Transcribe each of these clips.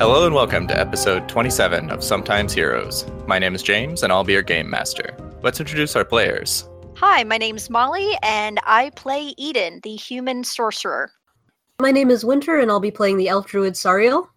Hello and welcome to episode 27 of Sometimes Heroes. My name is James and I'll be your game master. Let's introduce our players. Hi, my name's Molly, and I play Eden, the human sorcerer. My name is Winter, and I'll be playing the elf druid Sariel.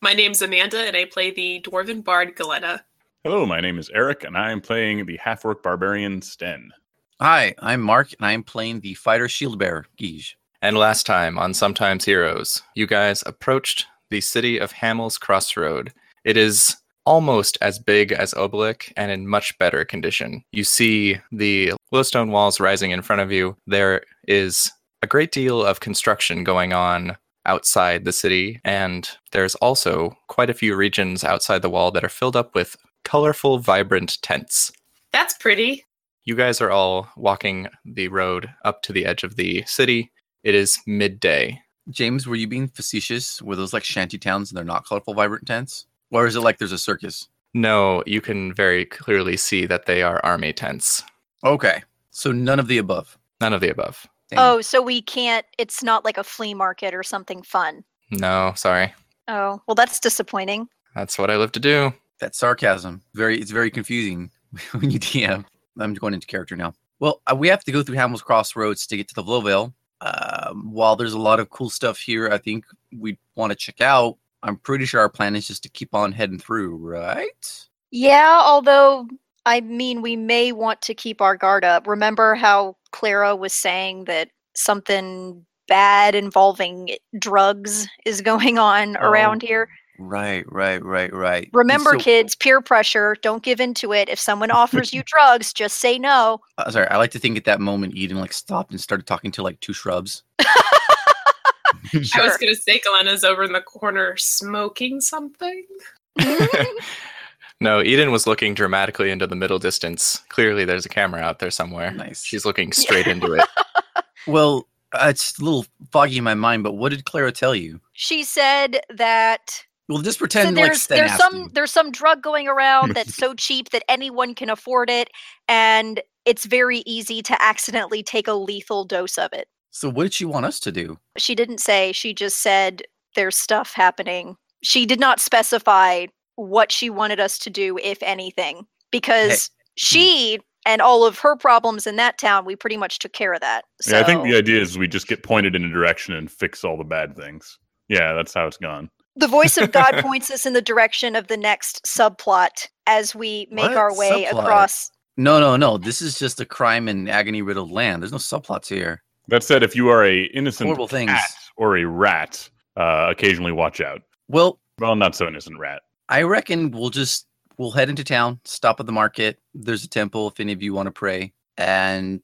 My name's Amanda, and I play the Dwarven Bard Galena. Hello, my name is Eric, and I am playing the half orc barbarian Sten. Hi, I'm Mark, and I'm playing the fighter shield bearer, Gige. And last time on Sometimes Heroes, you guys approached the city of Hamel's Crossroad. It is almost as big as Obelisk and in much better condition. You see the glowstone walls rising in front of you. There is a great deal of construction going on outside the city, and there's also quite a few regions outside the wall that are filled up with colorful, vibrant tents. That's pretty. You guys are all walking the road up to the edge of the city. It is midday. James, were you being facetious? Were those like shanty towns and they're not colorful, vibrant tents? Or is it like there's a circus? No, you can very clearly see that they are army tents. Okay, so none of the above. None of the above. Damn. Oh, so we can't, it's not like a flea market or something fun. No, sorry. Oh, well, that's disappointing. That's what I live to do. That's sarcasm. Very, it's very confusing when you DM. I'm going into character now. Well, uh, we have to go through Hamel's Crossroads to get to the Vlovale. Um, while there's a lot of cool stuff here, I think we want to check out. I'm pretty sure our plan is just to keep on heading through, right? Yeah, although, I mean, we may want to keep our guard up. Remember how Clara was saying that something bad involving drugs is going on Oh. around here? Right, right, right, right. And Remember, so- kids, peer pressure. Don't give in to it. If someone offers you drugs, just say no. Uh, sorry, I like to think at that moment Eden like stopped and started talking to like two shrubs. I was Sure. going to say Galena's over in the corner smoking something. no, Eden was looking dramatically into the middle distance. Clearly, there's a camera out there somewhere. Nice. She's looking straight into it. Well, uh, it's a little foggy in my mind, but what did Clara tell you? She said that Well, just so pretend like there's Sten there's asked some you. there's some drug going around that's so cheap that anyone can afford it, and it's very easy to accidentally take a lethal dose of it. So what did she want us to do? She didn't say. She just said there's stuff happening. She did not specify what she wanted us to do, if anything, because hmm. she and all of her problems in that town, we pretty much took care of that. So. Yeah, I think the idea is we just get pointed in a direction and fix all the bad things. Yeah, that's how it's gone. the voice of God points us in the direction of the next subplot as we make What? our way Subplot? across. No, no, no. This is just a crime and agony riddled land. There's no subplots here. That said, if you are a innocent Horrible cat things. or a rat, uh, occasionally watch out. Well, Well, not so innocent rat. I reckon we'll just we'll head into town, stop at the market. There's a temple if any of you want to pray. And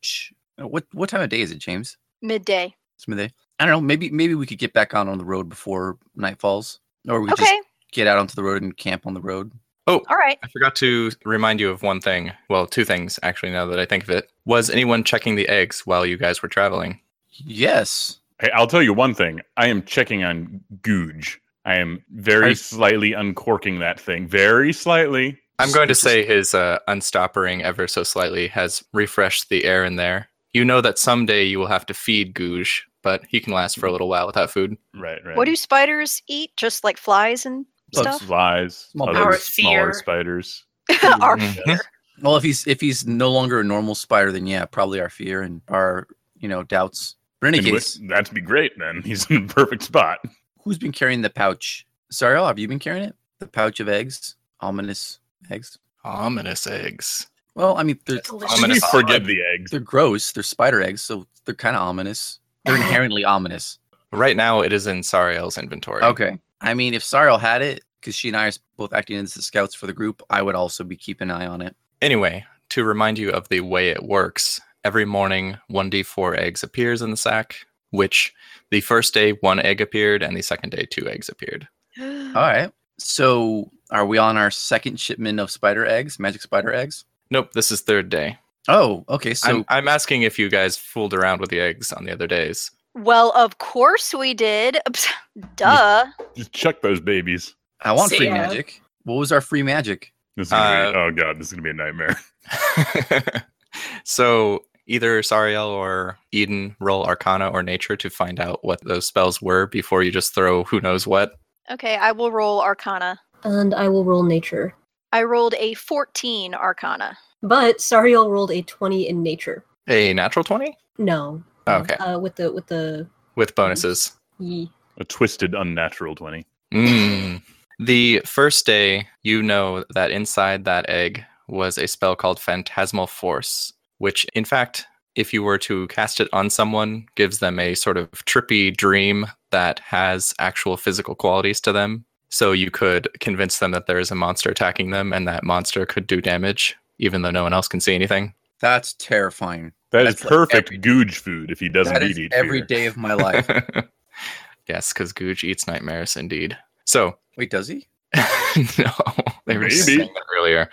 what what time of day is it, James? Midday. It's midday. I don't know. Maybe maybe we could get back on on the road before night falls, or we could Okay. just get out onto the road and camp on the road. Oh, All right. I forgot to remind you of one thing. Well, two things, actually, now that I think of it. Was anyone checking the eggs while you guys were traveling? Yes. Hey, I'll tell you one thing. I am checking on Googe. I am very I- slightly uncorking that thing, very slightly. I'm going to Which is- say his uh, unstoppering ever so slightly has refreshed the air in there. You know that someday you will have to feed Googe, but he can last for a little while without food. Right, right. What do spiders eat? Just like flies and Bugs. stuff? Flies, Small other bugs. Our smaller fear. spiders. Our Mhm. fear. Well, if he's if he's no longer a normal spider, then yeah, probably our fear and our you know doubts. But in any In which- case, that'd be great, then. He's in a perfect spot. who's been carrying the pouch? Sariel, have you been carrying it? The pouch of eggs, ominous eggs. Ominous eggs. Well, I mean, they're Delicious. I'm Should gonna we stop. forget the eggs? they're gross. They're spider eggs, so they're kind of ominous. They're inherently ominous. Right now, it is in Sariel's inventory. Okay. I mean, if Sariel had it, because she and I are both acting as the scouts for the group, I would also be keeping an eye on it. Anyway, to remind you of the way it works, every morning 1d4 eggs appears in the sack, which the first day one egg appeared and the second day two eggs appeared. All right. So, are we on our second shipment of spider eggs, magic spider eggs? Nope, this is third day. Oh, okay. So I'm, I'm asking if you guys fooled around with the eggs on the other days. Well, of course we did. Duh. Just chuck those babies. I want See free ya. magic. What was our free magic? This is gonna Uh, be, oh god, this is gonna be a nightmare. so either Sariel or Eden roll Arcana or Nature to find out what those spells were before you just throw who knows what. Okay, I will roll Arcana. And I will roll nature. I rolled a 14 Arcana. But Sariel rolled a 20 in nature. A natural 20? No. Oh, Okay. Uh, with the with the With bonuses. ye. A twisted, unnatural 20. Mm. The first day, you know that inside that egg was a spell called Phantasmal Force, which, in fact, if you were to cast it on someone, gives them a sort of trippy dream that has actual physical qualities to them. So you could convince them that there is a monster attacking them and that monster could do damage, even though no one else can see anything. That's terrifying. That's That's like perfect every- googe food if he doesn't That eat is eat every fear. day of my life. yes, because Googe eats nightmares indeed. So, Wait, does he? no, they were just Maybe. saying that earlier.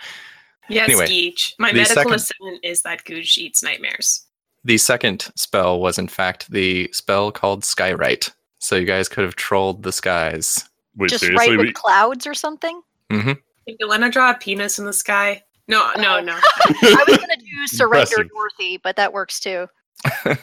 Yes, Anyway, Geech. My the medical second- assistant is that Gooch eats nightmares. The second spell was, in fact, the spell called Skyrite. So you guys could have trolled the skies. Wait, Just seriously? right with we- clouds or something? Did Elena draw a penis in the sky? No, no, no. I was going to do Surrender Impressive. Dorothy, but that works too. I It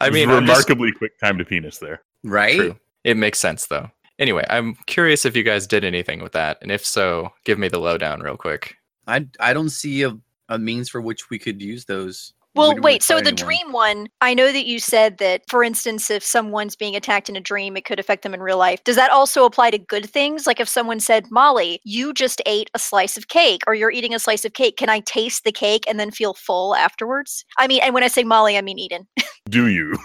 was mean, a I'm just- remarkably quick time to penis there. Right? True. it makes sense though. Anyway, I'm curious if you guys did anything with that, and if so, give me the lowdown real quick. I I don't see a, a means for which we could use those. Well, We don't wait, so require the anyone. dream one, I know that you said that, for instance, if someone's being attacked in a dream, it could affect them in real life. Does that also apply to good things? Like if someone said, Molly, you just ate a slice of cake, or you're eating a slice of cake, can I taste the cake and then feel full afterwards? I mean, and when I say Molly, I mean Eden. Do you?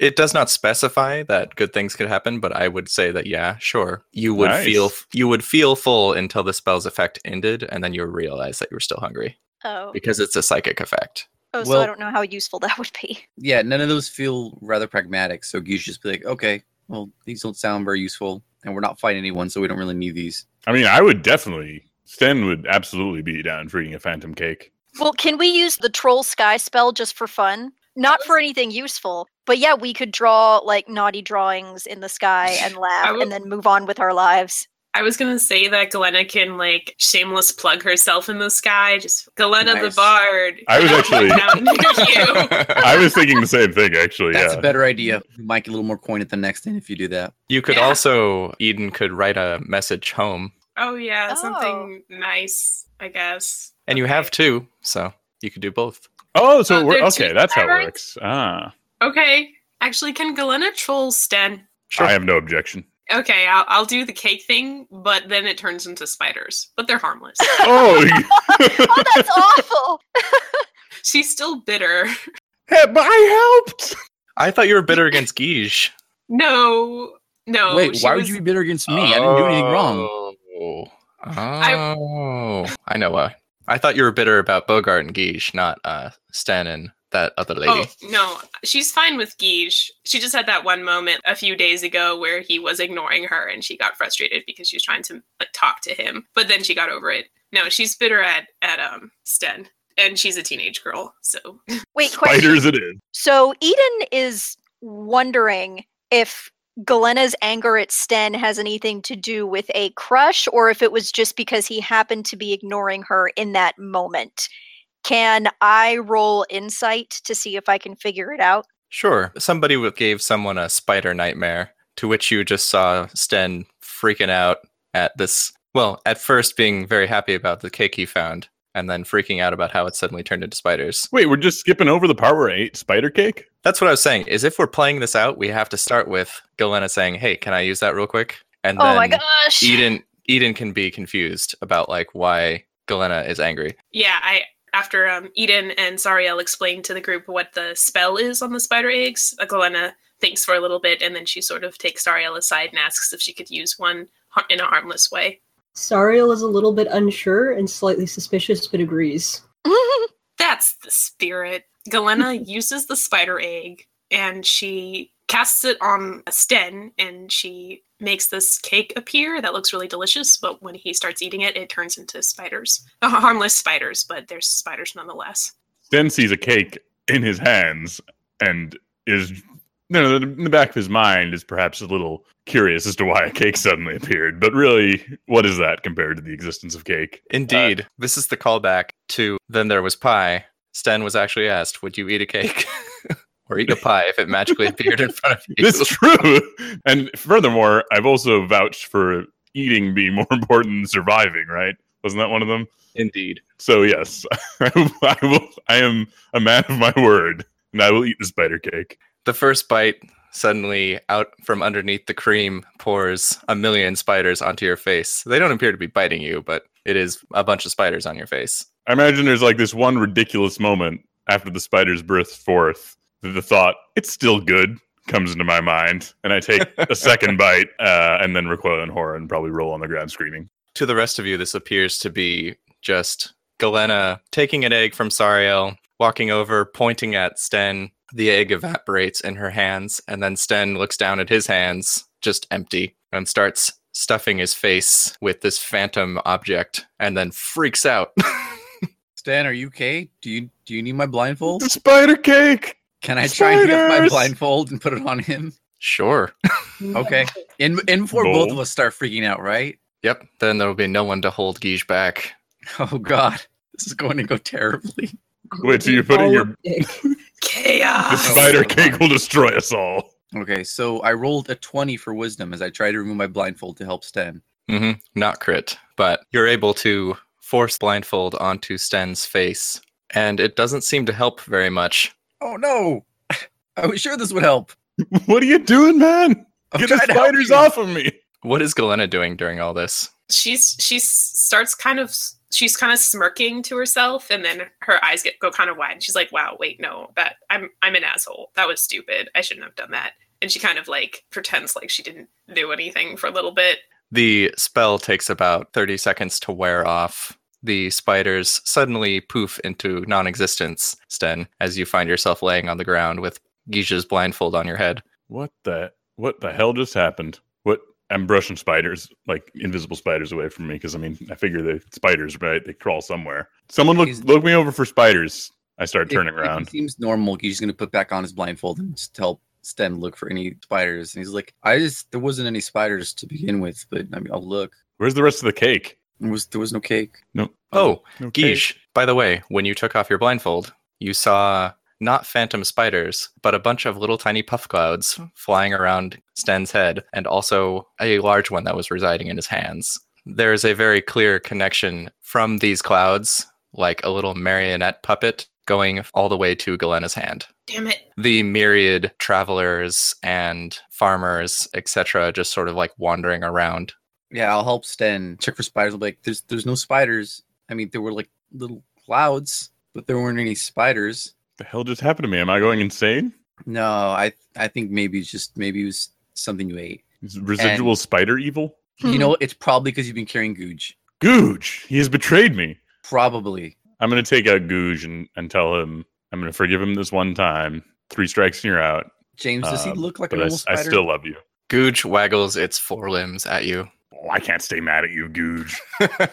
It does not specify that good things could happen, but I would say that yeah, sure, you would Nice. feel you would feel full until the spell's effect ended, and then you realize that you were still hungry oh, because it's a psychic effect. oh so well- I don't know how useful that would be. yeah, none of those feel rather pragmatic. So you should just be like, okay, well, these don't sound very useful, and we're not fighting anyone, so we don't really need these. I mean, I would definitely. Sten would absolutely be down for eating a phantom cake. Well, can we use the troll sky spell just for fun? Not was- for anything useful, but yeah, we could draw like naughty drawings in the sky and laugh would- and then move on with our lives. I was gonna say that Galena can like shameless plug herself in the sky. Just Galena Nice. the Bard. I was actually- down near you. I was thinking the same thing, actually. That's yeah. a better idea. You might get a little more coin at the next end if you do that. You could Yeah. also Eden could write a message home, Oh yeah, Oh. something nice, I guess. and you Okay. have two, so you could do both. Oh, so Uh, we're they're okay. two That's how it pirates? works. Ah, Okay, actually, can Galena troll Sten? I have no objection. Okay, I'll, I'll do the cake thing, but then it turns into spiders. But they're harmless. Oh, Oh, that's awful! She's still bitter. yeah, but I helped. I thought you were bitter against Guige. No, no. wait, Oh, she why would was- you be bitter against me? I didn't do anything wrong. Oh, oh. I know why. I thought you were bitter about Bogart and Guige, not uh, Stan and that other lady. Oh no, she's fine with Guige. She just had that one moment a few days ago where he was ignoring her, and she got frustrated because she was trying to like talk to him. But then she got over it. No, she's bitter at at um Sten, and she's a teenage girl. So Wait, question. Spiders, it is. So Eden is wondering if Galena's anger at Sten has anything to do with a crush or if it was just because he happened to be ignoring her in that moment. Can I roll insight to see if I can figure it out? Sure. Somebody w- gave someone a spider nightmare, to which you just saw Sten freaking out at this. Well, at first being very happy about the cake he found, and then freaking out about how it suddenly turned into spiders. Wait, we're just skipping over the part where I ate spider cake. That's what I was saying. Is if we're playing this out, we have to start with Galena saying, "Hey, can I use that real quick?" And oh then E- my gosh. Eden Eden can be confused about like why Galena is angry. yeah, I after um Eden and Sariel explained to the group what the spell is on the spider eggs, uh, Glenna thinks for a little bit, and then she sort of takes Sariel aside and asks if she could use one har- in a harmless way. Sariel is a little bit unsure and slightly suspicious, but agrees. That's the spirit. Galena uses the spider egg and she casts it on Sten and she makes this cake appear that looks really delicious, but when he starts eating it, it turns into spiders. Uh, harmless spiders, but they're spiders nonetheless. Sten sees a cake in his hands and is, you know, in the back of his mind is perhaps a little curious as to why a cake suddenly appeared. But really, what is that compared to the existence of cake? Indeed, this is the callback to then there was pie. Sten was actually asked, "Would you eat a cake?" or eat a pie if it magically appeared in front of you. It's true. And furthermore, I've also vouched for eating being more important than surviving, right? Wasn't that one of them? Indeed. So yes, I will, I will. I am a man of my word, and I will eat the spider cake. The first bite, suddenly out from underneath the cream pours a million spiders onto your face. They don't appear to be biting you, but it is a bunch of spiders on your face. I imagine there's like this one ridiculous moment after the spider's bursts forth that the thought "it's still good" comes into my mind, and I take a second bite uh, and then recoil in horror and probably roll on the ground screaming. To the rest of you, this appears to be just Galena taking an egg from Sariel, walking over, pointing at Sten. The egg evaporates in her hands, and then Sten looks down at his hands, just empty, and starts stuffing his face with this phantom object, and then freaks out. Stan, are you okay? Do you do you need my blindfold? The spider cake. Can I try and get my Spiders! blindfold and put it on him? sure. Okay. And and before both No. of us start freaking out, right? Yep. Then there will be no one to hold Guige back. Oh god. This is going to go terribly. Wait, so you're putting your Ah, the Chaos. spider cake will destroy us all. Okay, so I rolled a 20 for wisdom as I try to remove my blindfold to help Sten. hmm Not crit, but you're able to force blindfold onto Sten's face, and it doesn't seem to help very much. Oh no. I was sure this would help. What are you doing, man? I'm Get the trying to help spiders you. off of me. What is Galena doing during all this? She's she s- starts kind of she's kind of smirking to herself, and then her eyes get go kind of wide. And she's like, "Wow, wait, no, that I'm I'm an asshole. That was stupid. I shouldn't have done that." And she kind of like pretends like she didn't do anything for a little bit. The spell takes about 30 seconds to wear off. The spiders suddenly poof into non existence, Sten, as you find yourself laying on the ground with Geisha's blindfold on your head. What the what the hell just happened? What I'm brushing spiders, like invisible spiders, away from me because I mean I figure they spiders, right? They crawl somewhere. Someone look Is- look me over for spiders. I start If- turning if he around. seems normal. He's just going to put back on his blindfold and just help Sten look for any spiders. And he's like, I just, there wasn't any spiders to begin with, but I mean, I'll look. Where's the rest of the cake? There was, there was no cake. No. Oh, no cake. Guiche, by the way, when you took off your blindfold, you saw not phantom spiders, but a bunch of little tiny puff clouds flying around Sten's head, and also a large one that was residing in his hands. There is a very clear connection from these clouds, like a little marionette puppet, going all the way to Galena's hand Damn it! the myriad travelers and farmers, etc., just sort of like wandering around. Yeah, I'll help Sten check for spiders. I'll be like, there's, there's no spiders. I mean, there were like little clouds, but there weren't any spiders. the hell just happened to me? Am I going insane? No, I, I think maybe it's just, maybe it was something you ate. Is residual spider evil? Hmm. You know, what? it's probably because you've been carrying Googe. Googe, he has betrayed me. Probably. I'm gonna take out Googe and, and tell him I'm gonna forgive him this one time. Three strikes and you're out. James, does he Um, look like a But I, normal s- I spider? still love you. Googe waggles its forelimbs at you. Oh, I can't stay mad at you, Googe.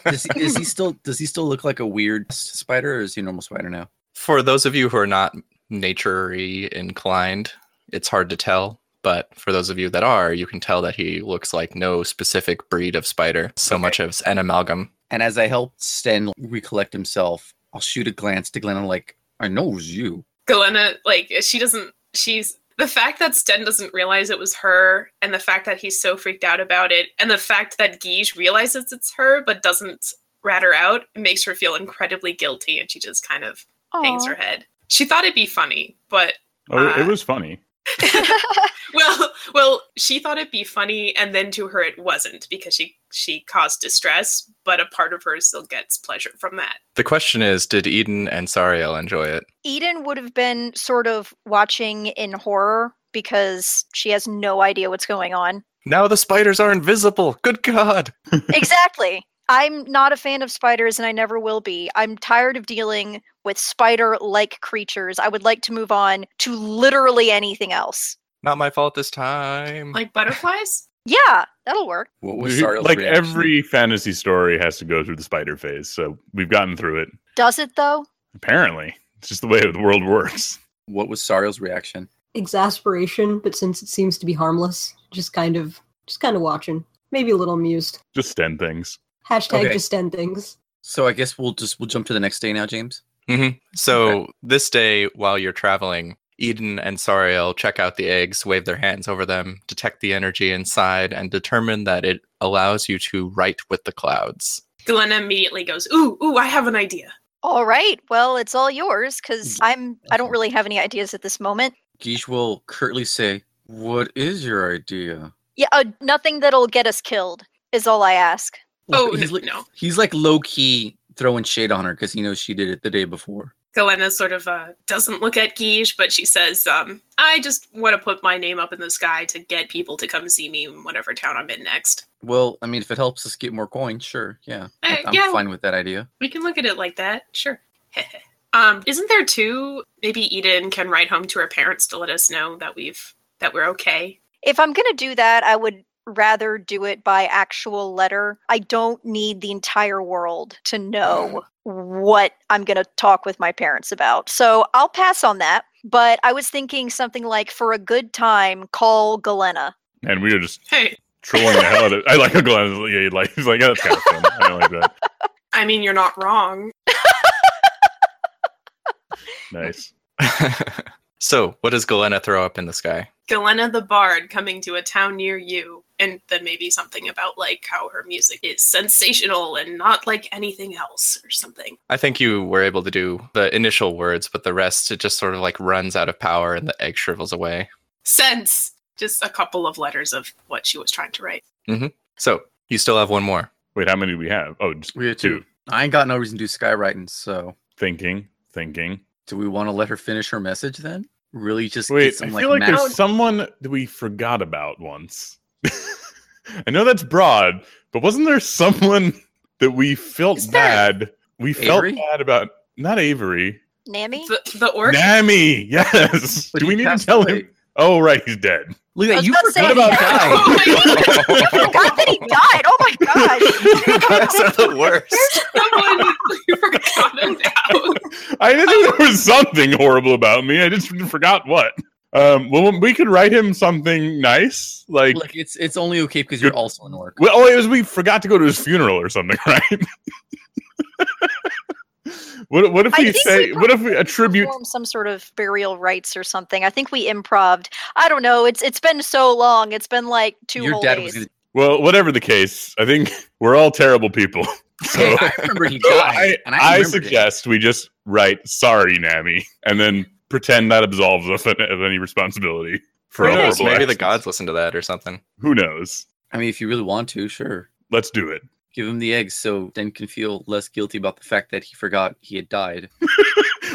does, he, is he still does he still look like a weird s- spider or is he a normal spider now? For those of you who are not naturey inclined, it's hard to tell. But for those of you that are, you can tell that he looks like no specific breed of spider, so much as an amalgam. And as I help Sten recollect himself, I'll shoot a glance to Glenn. I'm like, I know it was you. Galena like she doesn't. She's the fact that Sten doesn't realize it was her, and the fact that he's so freaked out about it, and the fact that Guige realizes it's her but doesn't rat her out makes her feel incredibly guilty, and she just kind of hangs her head. She thought it'd be funny, but Oh, it Uh, was funny. well, well, she thought it'd be funny, and then to her it wasn't because she she caused distress, but a part of her still gets pleasure from that. The question is Did Eden and Sariel enjoy it? Eden would have been sort of watching in horror because she has no idea what's going on. Now the spiders are invisible. Good God. exactly. I'm not a fan of spiders and I never will be. I'm tired of dealing with spider like creatures. I would like to move on to literally anything else. Not my fault this time. Like butterflies? Yeah, that'll work. What Dude, like every fantasy story has to go through the spider phase, so we've gotten through it. Does it though? Apparently, it's just the way the world works. What was Sario's reaction? Exasperation, but since it seems to be harmless, just kind of, just kind of watching. Maybe a little amused. Just stand things. Hashtag Okay. just end things. So I guess we'll just we'll jump to the next day now, James. hmm So this day, while you're traveling, Eden and Sariel check out the eggs, wave their hands over them, detect the energy inside, and determine that it allows you to write with the clouds. Glenna immediately goes, "Ooh, ooh, I have an idea." All right. Well, it's all yours because I'm I don't really have any ideas at this moment. Geesh will curtly say, What is your idea? Yeah, uh, nothing that'll get us killed is all I ask. Oh, he's like, no. He's like low key throwing shade on her because he knows she did it the day before. Glenna sort of uh, doesn't look at Guige, but she says, um, "I just want to put my name up in the sky to get people to come see me in whatever town I'm in next." Well, I mean, if it helps us get more coins, sure. Yeah. Uh, I'm yeah. fine with that idea. We can look at it like that, sure. um, isn't there too? Maybe Eden can write home to her parents to let us know that we've that we're okay. If I'm gonna do that, I would rather do it by actual letter. I don't need the entire world to Mm-hmm. know what I'm gonna talk with my parents about. So I'll pass on that. But I was thinking something like, for a good time, call Galena. And we were just Hey, trolling the hell out of I like how Glenn's like, yeah, you like, he's like, oh, that's kind of fun. I don't like that. I mean, you're not wrong. Nice. so, what does Galena throw up in the sky? Galena the Bard coming to a town near you, and then maybe something about like how her music is sensational and not like anything else or something. I think you were able to do the initial words, but the rest it just sort of like runs out of power and the egg shrivels away. Sense. Just a couple of letters of what she was trying to write. So, you still have one more. Wait, how many do we have? Oh, just We had two. I ain't got no reason to do skywriting, so Thinking, thinking. do we want to let her finish her message then? Really just Wait, get some I like, feel like mass- there's someone that we forgot about once. I know that's broad, but wasn't there someone that we felt Is there- bad? We felt Avery? bad about not Avery. Nami? The, the orc. Nami, yes. but Do he we need to passed tell away. him? Oh, right, he's dead. Look I at was you about to say forgot about that. Oh my that. god! God that he died. Oh my gosh. you guys are the worst. Someone we forgot about. I knew there was something horrible about me. I just forgot what. Um, well, we could write him something nice, like. Look, it's it's only okay because you're also an orc. Well, oh, it was we forgot to go to his funeral or something, right? what, what if I we think say? we what if we attribute? Perform some sort of burial rites or something. I think we improved. I don't know. It's it's been so long. It's been like two Your whole dad was days. gonna Well, whatever the case, I think we're all terrible people. Hey, So I remember he so died. I, and I, I remembered it. suggest we just write "Sorry, Nami" and then pretend that absolves us of of any responsibility for Who our knows? horrible Maybe the actions. gods listen to that or something. Who knows? I mean, if you really want to, sure. Let's do it. Give him the eggs so Den can feel less guilty about the fact that he forgot he had died.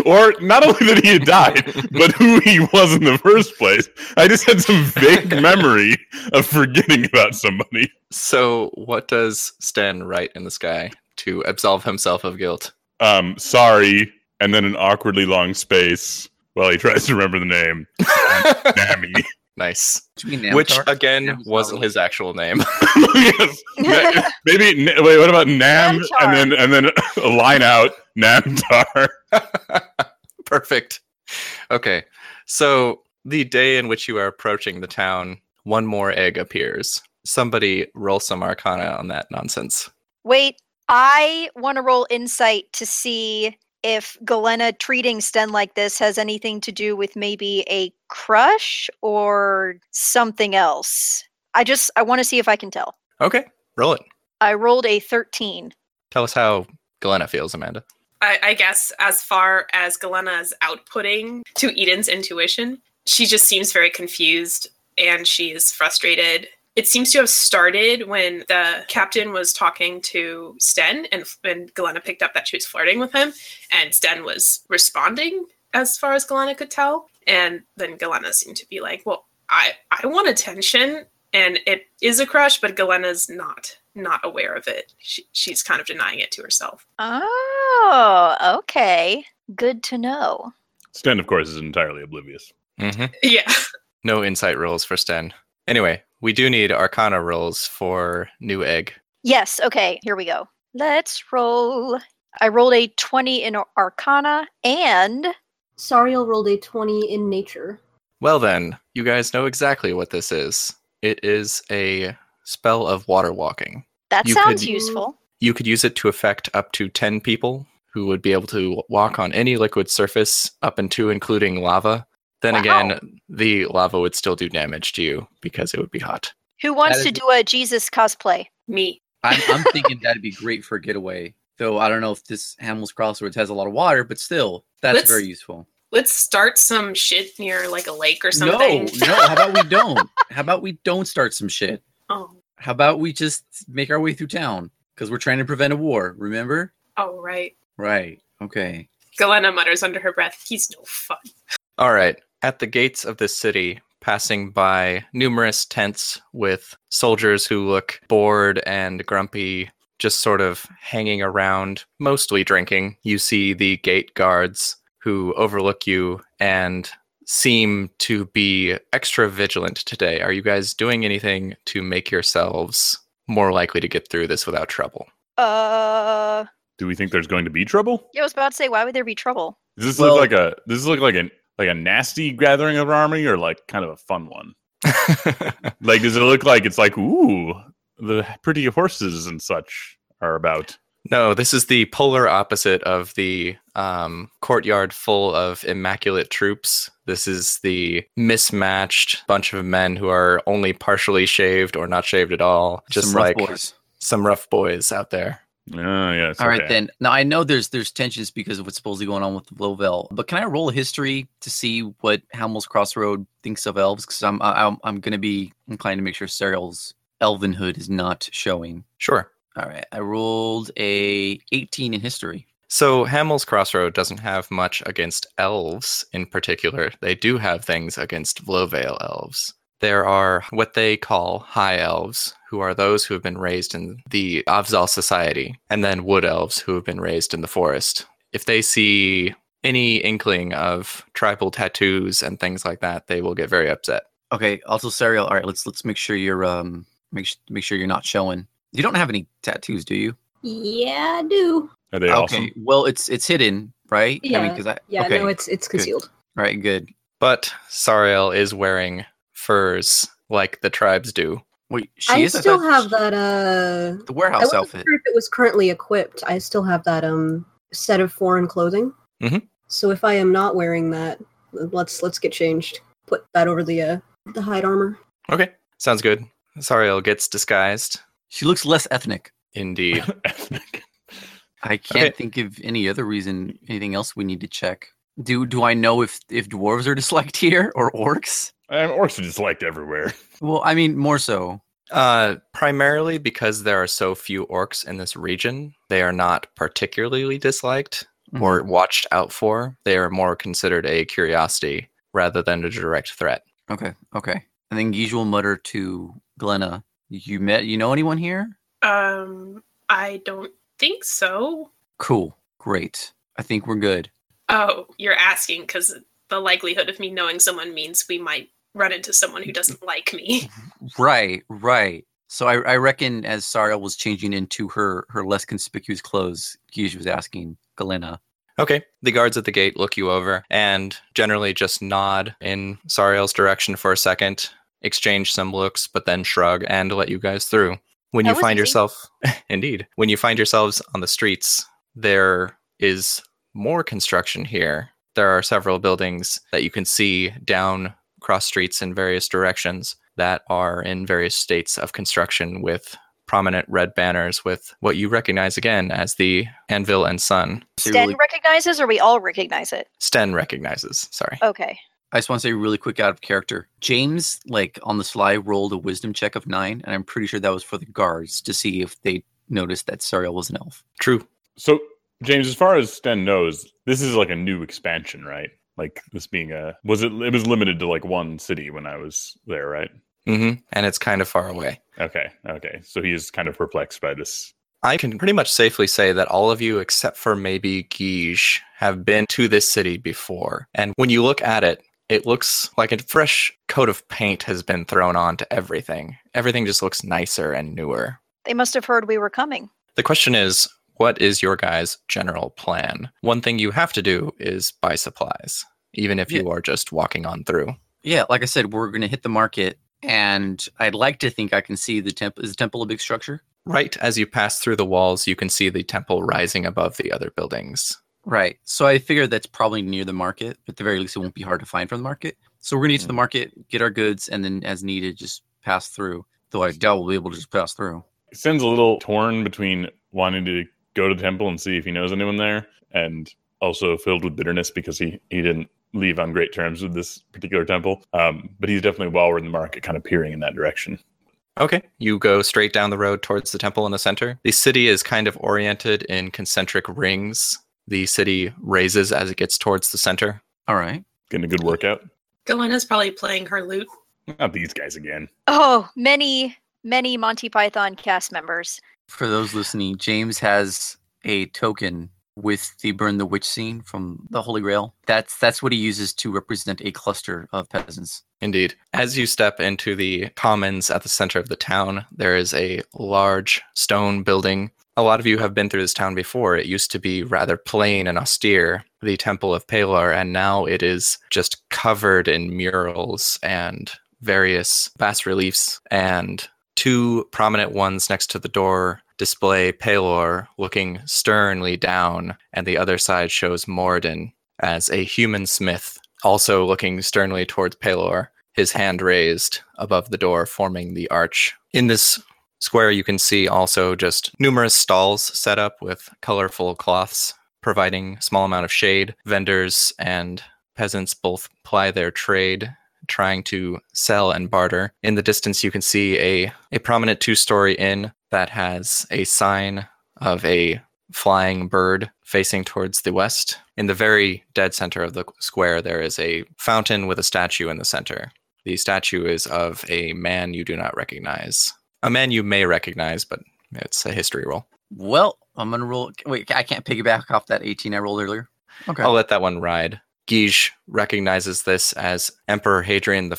Or not only that he had died, but who he was in the first place. I just had some vague memory of forgetting about somebody. So, what does Sten write in the sky to absolve himself of guilt? um, sorry, and then an awkwardly long space while he tries to remember the name. Nami. nice. Which, you mean Which uh, Namtar? again Namtar. wasn't his actual name. yes. Na- Maybe na- wait, what about Nam Namtar. and then and then a line out Namtar. Perfect. Okay. So, the day in which you are approaching the town, one more egg appears. Somebody roll some arcana on that nonsense. Wait, I want to roll insight to see if Galena treating Sten like this has anything to do with maybe a crush or something else. I just I want to see if I can tell. Okay. Roll it. I rolled a 13. Tell us how Glenna feels, Amanda. I, I guess as far as Galena's outputting to Eden's intuition, she just seems very confused and she is frustrated. It seems to have started when the captain was talking to Sten, and and Galena picked up that she was flirting with him, and Sten was responding as far as Galena could tell. And then Galena seemed to be like, "Well, I I want attention, and it is a crush, but Galena's not not aware of it. She, she's kind of denying it to herself." Oh, okay. Good to know. Sten, of course, is entirely oblivious. Mm-hmm. Yeah. No insight rolls for Sten. Anyway, we do need arcana rolls for new egg. Yes, okay. Here we go. Let's roll. I rolled a 20 in Ar- Arcana and Sariel rolled a 20 in nature. Well, then, you guys know exactly what this is. It is a spell of water walking. that You sounds could- useful. You could use it to affect up to 10 people who would be able to walk on any liquid surface up into including lava. Then Wow. again, the lava would still do damage to you because it would be hot. Who wants That to is- do a Jesus cosplay? Me. I'm, I'm thinking that'd be great for a getaway. Though I don't know if this Hamill's Crossroads has a lot of water, but still, that's Let's- very useful. Let's start some shit near like a lake or No, something. no. How about we don't? How about we don't start some shit? Oh, How about we just make our way through town because we're trying to prevent a war? Remember? oh right. Right. Okay. Galena mutters under her breath, he's no fun. All right. At the gates of the city, passing by numerous tents with soldiers who look bored and grumpy, just sort of hanging around, mostly drinking, you see the gate guards who overlook you and seem to be extra vigilant today. Are you guys doing anything to make yourselves more likely to get through this without trouble? Uh, Do we think there's going to be trouble? yeah, I was about to say, why would there be trouble? Does this Well- look like a does this look like an like a nasty gathering of army or like kind of a fun one? Like does it look like it's like ooh the pretty horses and such are about? No, this is the polar opposite of the um, courtyard full of immaculate troops. This is the mismatched bunch of men who are only partially shaved or not shaved at all. Just Some rough like boys. some rough boys out there. Oh yes. All right okay. then. Now I know there's there's tensions because of what's supposedly going on with the Lovell, but can I roll a history to see what Hamill's Crossroad thinks of elves? Because I'm I- I'm I'm gonna be inclined to make sure Cyril's elvenhood is not showing. Sure. All right, I rolled a 18 in history. So Hamill's Crossroad doesn't have much against elves in particular. They do have things against Vlovale elves. There are what they call high elves, who are those who have been raised in the Avzal society, and then wood elves who have been raised in the forest. If they see any inkling of tribal tattoos and things like that, they will get very upset. Okay, also Serial. All right, let's let's make sure you're um make sh- make sure you're not showing. You don't have any tattoos, do you? Yeah, I do. Are they awesome? Okay. Well, it's it's hidden, right? I mean, Yeah, because I Yeah, okay. no, it's it's concealed. all right, good. But Sariel is wearing furs like the tribes do. Wait, she I is I still thought have she- that. Uh, the I warehouse wasn't outfit. sure if it was currently equipped. I still have that um set of foreign clothing. Mhm. So if I am not wearing that, let's let's get changed. Put that over the uh the hide armor. Okay, sounds good. Sariel gets disguised. She looks less ethnic. Indeed. Ethnic. I can't Okay. think of any other reason. Anything else we need to check? Do do I know if if dwarves are disliked here or orcs? And orcs are disliked everywhere. Well, I mean more so. Uh, primarily because there are so few orcs in this region, they are not particularly disliked Hmm. or watched out for. They are more considered a curiosity rather than a direct threat. Okay, okay. And then Gies will mutter to Glenna, "You met? You know anyone here? Um I don't think so. Cool, great. I think we're good. Oh, you're asking because the likelihood of me knowing someone means we might run into someone who doesn't like me. Right, right. So I, I reckon as Sara was changing into her her less conspicuous clothes, Gies was asking Glenna, Okay, the guards at the gate look you over and generally just nod in Sariel's direction for a second, exchange some looks, but then shrug and let you guys through. When That you was find easy. yourself, indeed, when you find yourselves on the streets, there is more construction here. There are several buildings that you can see down cross streets in various directions that are in various states of construction with prominent red banners with what you recognize again as the anvil and sun. Say Sten really- recognizes, or we all recognize it. Sten recognizes. Sorry. Okay. I just want to say really quick out of character. James, like on the sly, rolled a wisdom check of nine, and I'm pretty sure that was for the guards to see if they noticed that Sariel was an elf. True. So James, as far as Sten knows, this is like a new expansion, right? Like this being a was it? It was limited to like one city when I was there, right? hmm And it's kind of far away. Okay, okay. So he is kind of perplexed by this. I can pretty much safely say that all of you, except for maybe Guige, have been to this city before. And when you look at it, it looks like a fresh coat of paint has been thrown onto everything. Everything just looks nicer and newer. They must have heard we were coming. The question is, what is your guys' general plan? One thing you have to do is buy supplies, even if you are just walking on through. Yeah, like I said, we're gonna hit the market, and I'd like to think I can see the temple. Is the temple a big structure? Right as you pass through the walls, you can see the temple rising above the other buildings. Right. So I figure that's probably near the market. At the very least, it won't be hard to find from the market. So we're gonna Mm. get to the market, get our goods, and then as needed, just pass through. Though I doubt we'll be able to just pass through. Sin's a little torn between wanting to go to the temple and see if he knows anyone there, and also filled with bitterness because he, he didn't leave on great terms with this particular temple. Um, but he's definitely while we're in the market, kind of peering in that direction. Okay, you go straight down the road towards the temple in the center. The city is kind of oriented in concentric rings. The city raises as it gets towards the center. All right. Getting a good workout. Galena's probably playing her lute. Not these guys again. Oh, many, many Monty Python cast members. For those listening, James has a token with the burn the witch scene from the Holy Grail. That's that's what he uses to represent a cluster of peasants. Indeed. As you step into the commons at the center of the town, there is a large stone building. A lot of you have been through this town before. It used to be rather plain and austere, the Temple of Palar, and now it is just covered in murals and various bas reliefs and two prominent ones next to the door display Pelor looking sternly down, and the other side shows Moradin as a human smith, also looking sternly towards Pelor, his hand raised above the door, forming the arch. In this square, you can see also just numerous stalls set up with colorful cloths, providing small amount of shade. Vendors and peasants both ply their trade trying to sell and barter. In the distance, you can see a, a prominent two story inn that has a sign of a flying bird facing towards the west. In the very dead center of the square, there is a fountain with a statue in the center. The statue is of a man you do not recognize. A man you may recognize, but it's a history roll. Well, I'm gonna roll. Wait, I can't piggyback off that 18 I rolled earlier. Okay. I'll let that one ride. Guige recognizes this as Emperor Hadrian I.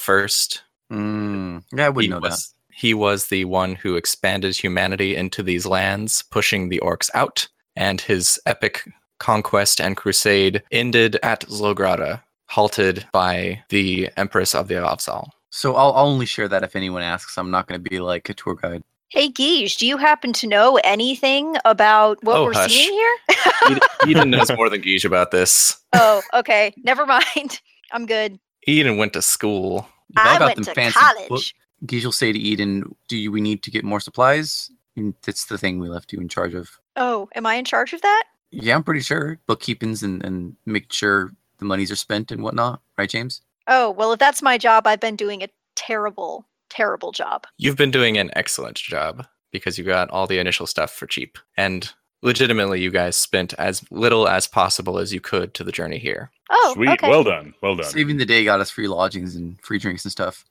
Mm, yeah, I He wouldn't know that. was, he was the one who expanded humanity into these lands, pushing the orcs out, and his epic conquest and crusade ended at Zlograda, halted by the Empress of the Avsal. So I'll, I'll only share that if anyone asks. I'm not gonna be like a tour guide. Hey, Geesh, do you happen to know anything about what Oh, we're hush. seeing here? Eden knows more than Guige about this. oh, okay. Never mind. I'm good. Eden went to school. know I about went them to fancy college. book- Geese will say to Eden, "Do you, we need to get more supplies?" And that's the thing we left you in charge of. Oh, am I in charge of that? Yeah, I'm pretty sure bookkeepings and and make sure the monies are spent and whatnot. Right, James? Oh, well, if that's my job, I've been doing a terrible, terrible job. You've been doing an excellent job because you got all the initial stuff for cheap. And legitimately, you guys spent as little as possible as you could to the journey here. Oh, Sweet. okay. Well done. Well done. Saving the day got us free lodgings and free drinks and stuff.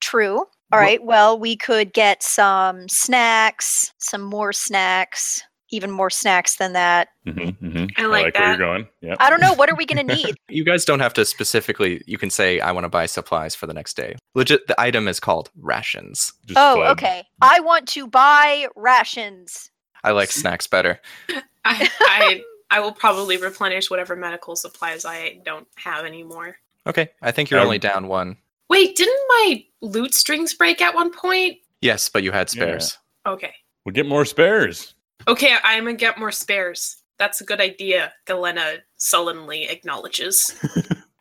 True. Well- All right. Well, we could get some snacks, some more snacks, even more snacks than that. Mm-hmm, mm-hmm. I like where that. you're going. Yeah. I don't know. What are we going to need? You guys don't have to specifically, you can say, I want to buy supplies for the next day. Legit, the item is called rations. Just oh, fled. okay. I want to buy rations. I like snacks better. I, I I will probably replenish whatever medical supplies I don't have anymore. Okay, I think you're Um, only down one. Wait, didn't my loot strings break at one point? Yes, but you had Yeah. spares. Okay. We'll get more spares. Okay, I'm gonna get more spares. That's a good idea, Galena sullenly acknowledges.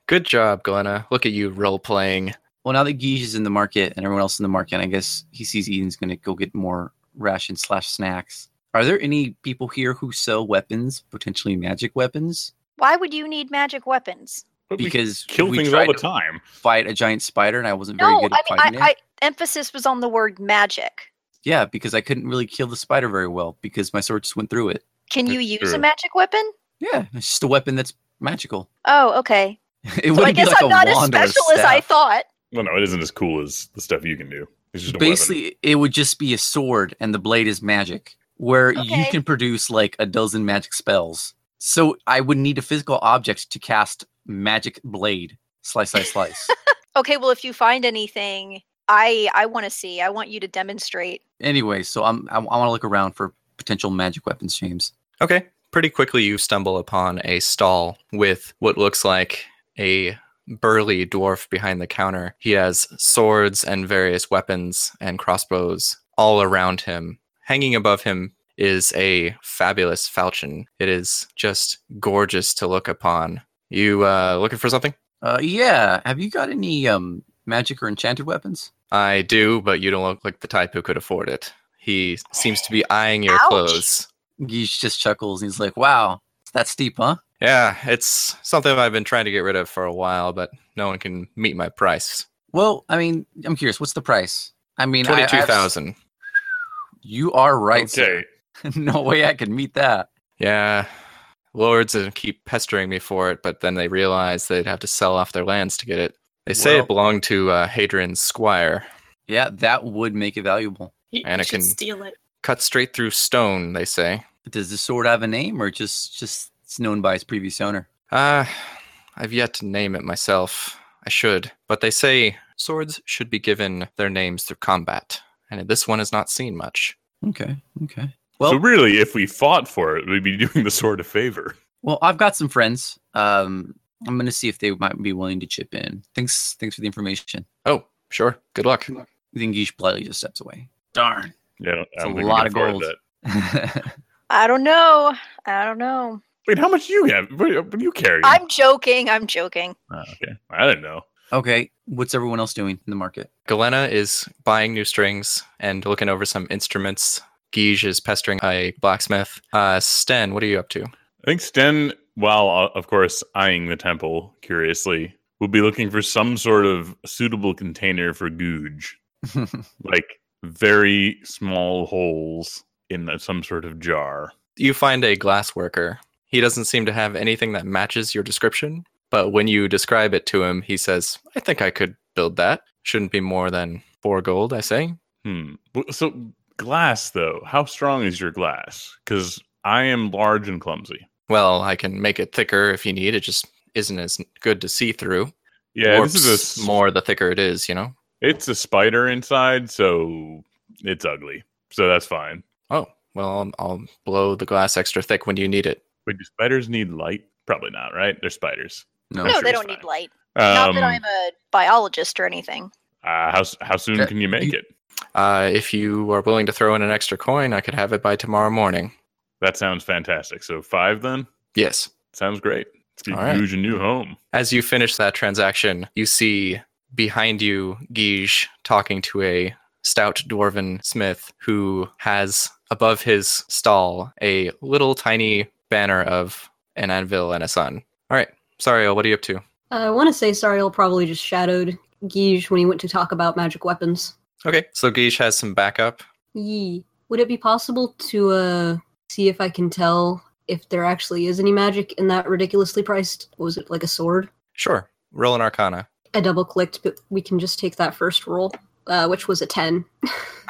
Good job, Glenna. Look at you role playing. Well, now that Guige is in the market and everyone else in the market, I guess he sees Eden's going to go get more rations slash snacks. Are there any people here who sell weapons, potentially magic weapons? Why would you need magic weapons? But we Because kill we things all tried the to time. fight a giant spider and I wasn't very No, good at I fighting mean, it. I, I emphasis was on the word magic. Yeah, because I couldn't really kill the spider very well because my sword just went through it. Can you That's use true. a magic weapon? Yeah, it's just a weapon that's magical. Oh, okay. It So I wouldn't guess be like I'm a not as wand special or a as I staff. thought. Well, no, it isn't as cool as the stuff you can do. It's just a Basically, it would just be a sword and the blade is magic, where you Okay. can produce like a dozen magic spells. So I would need a physical object to cast magic blade. Slice, slice, slice. Okay, well, if you find anything, I I want to see. I want you to demonstrate. anyway, so I'm I, I want to look around for potential magic weapons, James. Okay, pretty quickly you stumble upon a stall with what looks like a burly dwarf behind the counter. He has swords and various weapons and crossbows all around him. Hanging above him is a fabulous falchion. It is just gorgeous to look upon. You uh, looking for something? Uh, yeah. Have you got any um, magic or enchanted weapons? I do, but you don't look like the type who could afford it. He seems to be eyeing your Ouch. clothes. Geesh just chuckles and he's like, "Wow, it's that steep, huh?" Yeah, it's something I've been trying to get rid of for a while, but no one can meet my price. Well, I mean, I'm curious. What's the price? I mean, I- I've- Twenty-two thousand. You are right. okay. sir. no way I can meet that. Yeah, lords uh, keep pestering me for it, but then they realize they'd have to sell off their lands to get it. They say Well- it belonged to uh, Hadrian's squire. Yeah, that would make it valuable. You Anakin. should steal it. Cut straight through stone, they say. Does the sword have a name, or just just it's known by its previous owner? Ah, I've yet to name it myself. I should, but they say swords should be given their names through combat, and this one has not seen much. Okay. Okay. so Well, really, if we fought for it, we'd be doing the sword a favor. well, I've got some friends. Um, I'm gonna see if they might be willing to chip in. Thanks, thanks for the information. Oh, sure. Good luck. Then Geesh politely just steps away. Darn. Yeah, I don't- I It's don't a think we lot can of afford gold. that. I don't know. I don't know. Wait, how much do you have? What, what do you carry? I'm joking. I'm joking. Oh, okay, I don't know. okay. What's everyone else doing in the market? Galena is buying new strings and looking over some instruments. Guige is pestering a blacksmith. Uh, Sten, what are you up to? I think Sten, while uh, of course eyeing the temple curiously, will be looking for some sort of suitable container for googe, like very small holes in the- some sort of jar. You find a glass worker. He doesn't seem to have anything that matches your description, but when you describe it to him, he says, I think I could build that. Shouldn't be more than four gold, I say. Hmm. W- So glass, though, how strong is your glass? Because I am large and clumsy. Well, I can make it thicker if you need. It just isn't as good to see through. Yeah, Warps this is a s- more the thicker it is, you know? It's a spider inside, so it's ugly. So that's fine. Oh, well, I'll, I'll blow the glass extra thick when you need it. Wait, do spiders need light? Probably not, right? They're spiders. No. No, sure they it's don't fine. need light. Um, Not that I'm a biologist or anything. uh, how s- how soon Okay. can you make You- it? Uh, if you are willing to throw in an extra coin, I could have it by tomorrow morning. That sounds fantastic. So five then Yes. sounds great. It's All right. a huge new home. As you finish that transaction, you see behind you Guige talking to a stout dwarven smith who has above his stall a little tiny banner of an anvil and a sun. All right. Sorry, what are you up to? I want to say Sariel probably just shadowed Guige when he went to talk about magic weapons. Okay. So Guige has some backup. Yee. Would it be possible to uh see if I can tell if there actually is any magic in that ridiculously priced what was it like a sword? Sure. Roll an arcana. I double clicked, but we can just take that first roll, uh, which was a ten.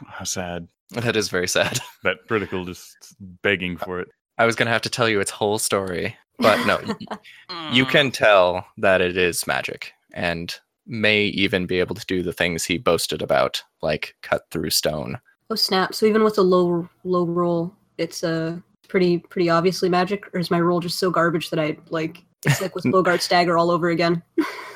How sad. That is very sad. That critical just begging for it. I was going to have to tell you its whole story, but no, you Mm-hmm. Mm. can tell that it is magic and may even be able to do the things he boasted about, like cut through stone. Oh snap! So even with a low low roll, it's uh, pretty pretty obviously magic. Or is my roll just so garbage that I like it's like with Bogart's dagger all over again?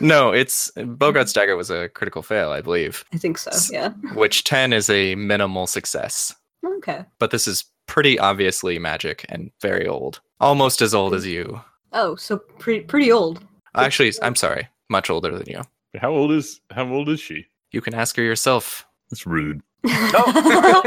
No, it's Bogart's dagger was a critical fail, I believe, I think so. S- Yeah. which 10 is a minimal success. Okay. But this is pretty obviously magic and very old. Almost as old as you. Oh, so pretty pretty old. Actually, I'm sorry, much older than you. But how old is how old is she? You can ask her yourself. That's rude. Oh.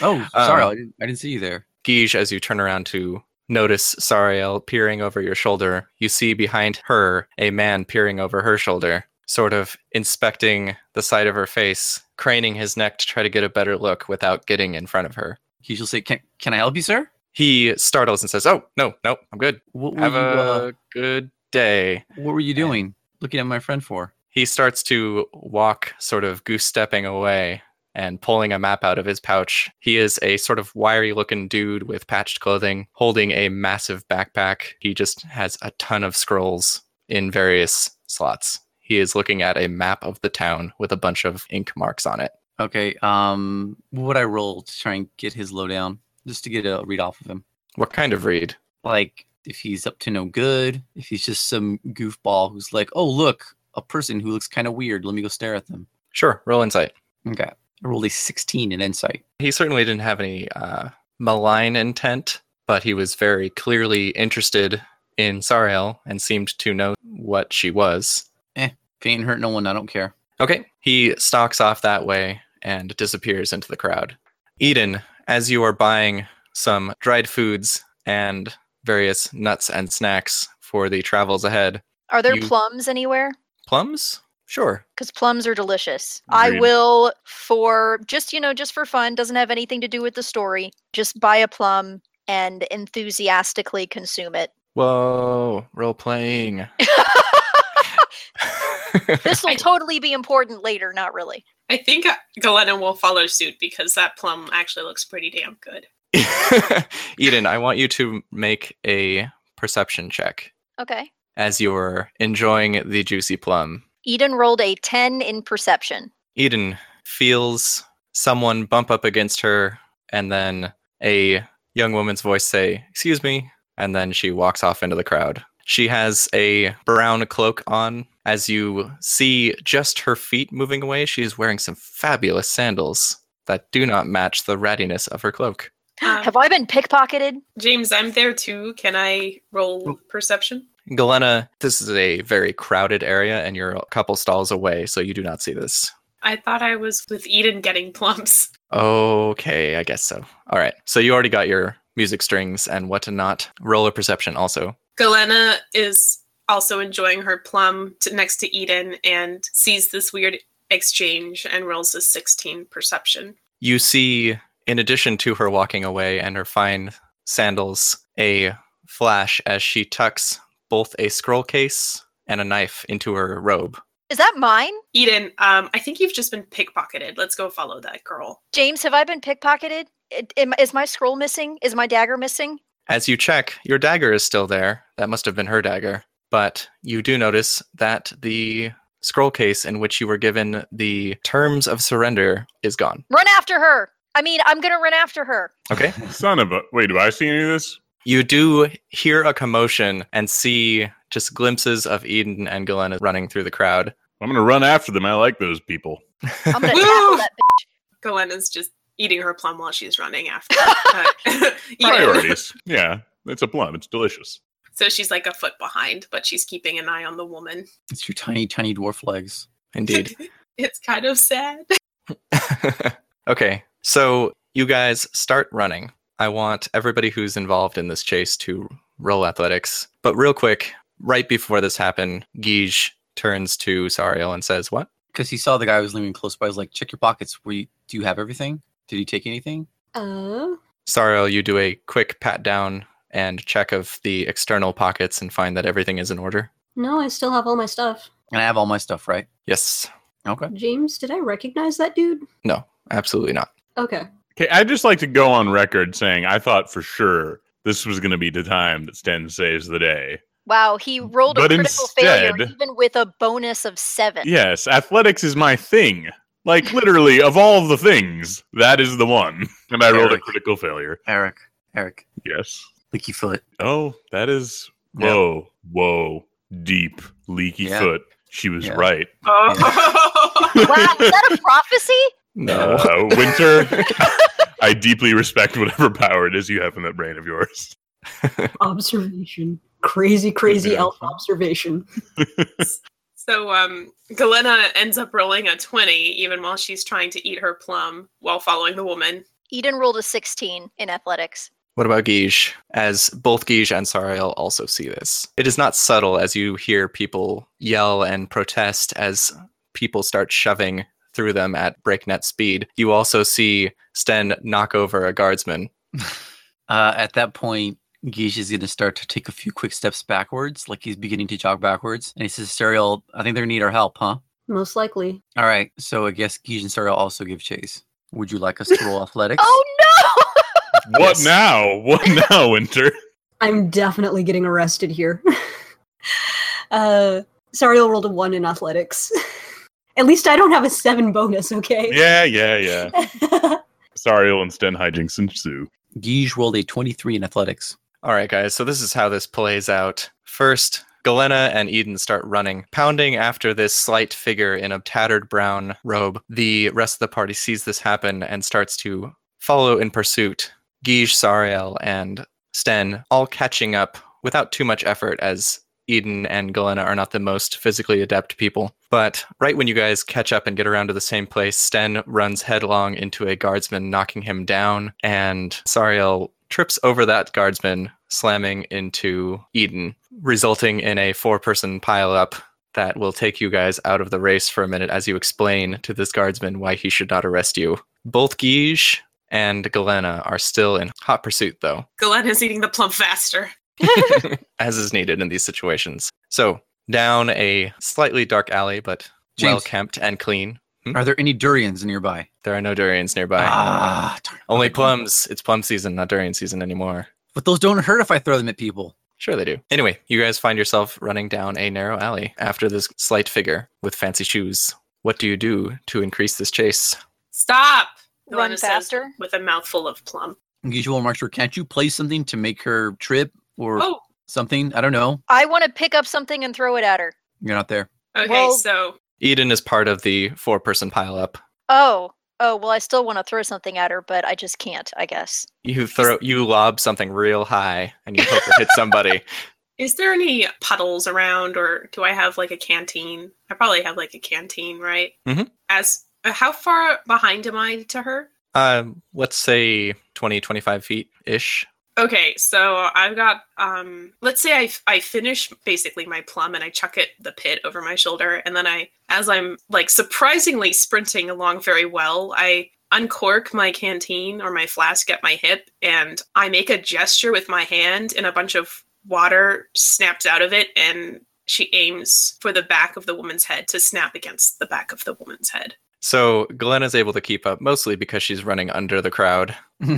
Oh, sorry, Um, I, didn't, I didn't see you there. Guige, as you turn around to notice Sariel peering over your shoulder, you see behind her a man peering over her shoulder, sort of inspecting the side of her face, craning his neck to try to get a better look without getting in front of her. Geesh will say, "Can can I help you, sir? He startles and says, Oh, no, no, I'm good. What were Have you a uh, good day. What were you doing? Looking at my friend for? He starts to walk, sort of goose stepping away and pulling a map out of his pouch. He is a sort of wiry looking dude with patched clothing, holding a massive backpack. He just has a ton of scrolls in various slots. He is looking at a map of the town with a bunch of ink marks on it. Okay. Um, what would I roll to try and get his lowdown, just to get a read off of him? What kind of read? Like if he's up to no good, if he's just some goofball who's like, "Oh, look, a person who looks kind of weird. Let me go stare at them." Sure, roll insight. Okay. I rolled a 16 in insight. He certainly didn't have any uh, malign intent, but he was very clearly interested in Sariel and seemed to know what she was. Pain hurt no one. I don't care. Okay, he stalks off that way and disappears into the crowd. Eden, as you are buying some dried foods and various nuts and snacks for the travels ahead, Are there You- plums anywhere? plums? Sure. Because plums are delicious. I Agreed. will, for just, you know, just for fun, doesn't have anything to do with the story, just buy a plum and enthusiastically consume it. Whoa, role playing. This will totally be important later, not really. I think Galena will follow suit because that plum actually looks pretty damn good. Eden, I want you to make a perception check Okay. as you're enjoying the juicy plum. Eden rolled a 10 in perception. Eden feels someone bump up against her, and then a young woman's voice say, Excuse me. And then she walks off into the crowd. She has a brown cloak on. As you see just her feet moving away, she is wearing some fabulous sandals that do not match the rattiness of her cloak. Um, have I been pickpocketed? James, I'm there too. Can I roll perception? Galena, this is a very crowded area, and you're a couple stalls away, so you do not see this. I thought I was with Eden getting plums. Okay, I guess so. All right. So you already got your music strings and what to not. Roller perception also. Galena is also enjoying her plum to, next to Eden and sees this weird exchange and rolls a 16 perception. You see, in addition to her walking away and her fine sandals, a flash as she tucks both a scroll case and a knife into her robe. Is that mine? Eden, um, I think you've just been pickpocketed. Let's go follow that girl. James, have I been pickpocketed? It- am- Is my scroll missing? Is my dagger missing? As you check, your dagger is still there. That must have been her dagger. But you do notice that the scroll case in which you were given the terms of surrender is gone. Run after her. I mean, I'm going to run after her. Okay. Son of a. Wait, do I see any of this? You do hear a commotion and see just glimpses of Eden and Galena running through the crowd. I'm gonna run after them. I like those people. I'm going to Woo! tackle that bitch. Galena's just eating her plum while she's running after uh, Eden. Priorities. yeah, it's a plum. It's delicious. So she's like a foot behind, but she's keeping an eye on the woman. It's your tiny, tiny dwarf legs. Indeed. it's kind of sad. okay, so you guys start running. I want everybody who's involved in this chase to roll athletics. But real quick, right before this happened, Guige turns to Sariel and says, What? Because he saw the guy who was leaning close by. He was like, check your pockets. Were you, do you have everything? Did you take anything? Uh, Sariel, you do a quick pat down and check of the external pockets and find that everything is in order. no, I still have all my stuff. And I have all my stuff, right? Yes, Okay. James, did I recognize that dude? absolutely not. Okay. Okay, I'd just like to go on record saying I thought for sure this was gonna be the time that Sten saves the day. Wow, he rolled a But critical failure instead- even with a bonus of seven. Yes, athletics is my thing. Like literally, of all the things, that is the one. And I rolled a Eric. critical failure. Eric, Eric, Yes. leaky foot. Oh, that is Yeah. whoa, whoa, deep, leaky Yeah. foot. She was Yeah. right. Oh. Wow, is that a prophecy? No. Uh, Winter, I deeply respect whatever power it is you have in that brain of yours. Observation. Crazy, crazy Yeah. elf observation. so um, Galena ends up rolling a 20 even while she's trying to eat her plum while following the woman. Eden rolled a 16 in athletics. What about Guige? As both Guige and Sariel also see this. It is not subtle as you hear people yell and protest as people start shoving through them at breakneck speed. You also see Sten knock over a guardsman. Uh, at that point, Geesh is going to start to take a few quick steps backwards, like he's beginning to jog backwards. And he says, Serial, I think they need our help, huh? Most likely. All right. So I guess Geesh and Serial also give chase. Would you like us to roll athletics? Oh no! What Yes. now? What now, Winter? I'm definitely getting arrested here. uh, Sariel rolled a one in athletics. At least I don't have a seven bonus, okay? Yeah, yeah, yeah. Sariel and Sten hijinks ensue. Geesh rolled a 23 in athletics. All right, guys, so this is how this plays out. First, Galena and Eden start running, pounding after this slight figure in a tattered brown robe. The rest of the party sees this happen and starts to follow in pursuit. Guige, Sariel, and Sten all catching up without too much effort as Eden and Galena are not the most physically adept people. But right when you guys catch up and get around to the same place, Sten runs headlong into a guardsman, knocking him down, and Sariel trips over that guardsman, slamming into Eden, resulting in a four person pileup that will take you guys out of the race for a minute as you explain to this guardsman why he should not arrest you. Both Guige and Galena are still in hot pursuit, though. Galen is eating the plum faster. as is needed in these situations. So down a slightly dark alley, but James. well kept and clean. Are there any durians nearby? There are no durians nearby. Ah, darn. Only plums. It's plum season, not durian season anymore. But those don't hurt if I throw them at people. Sure, they do. Anyway, you guys find yourself running down a narrow alley after this slight figure with fancy shoes. What do you do to increase this chase? Stop! Run Glenna says faster. with a mouthful of plum. Usual marcher, can't you play something to make her trip or Oh, something? I don't know. I want to pick up something and throw it at her. You're not there. okay. Well- so Eden is part of the four person pileup. Oh, oh, well, I still want to throw something at her, but I just can't, I guess. You throw you lob something real high and you hope it hits somebody. is there any puddles around, or do I have like a canteen? I probably have like a canteen, right? Mhm. As uh, how far behind am I to her? Um, let's say 20, 25 feet ish. Okay, so I've got um let's say I f- I finish basically my plum and I chuck it the pit over my shoulder and then I as I'm like surprisingly sprinting along very well, I uncork my canteen or my flask at my hip and I make a gesture with my hand and a bunch of water snaps out of it and she aims for the back of the woman's head to snap against the back of the woman's head. So Glenn is able to keep up mostly because she's running under the crowd.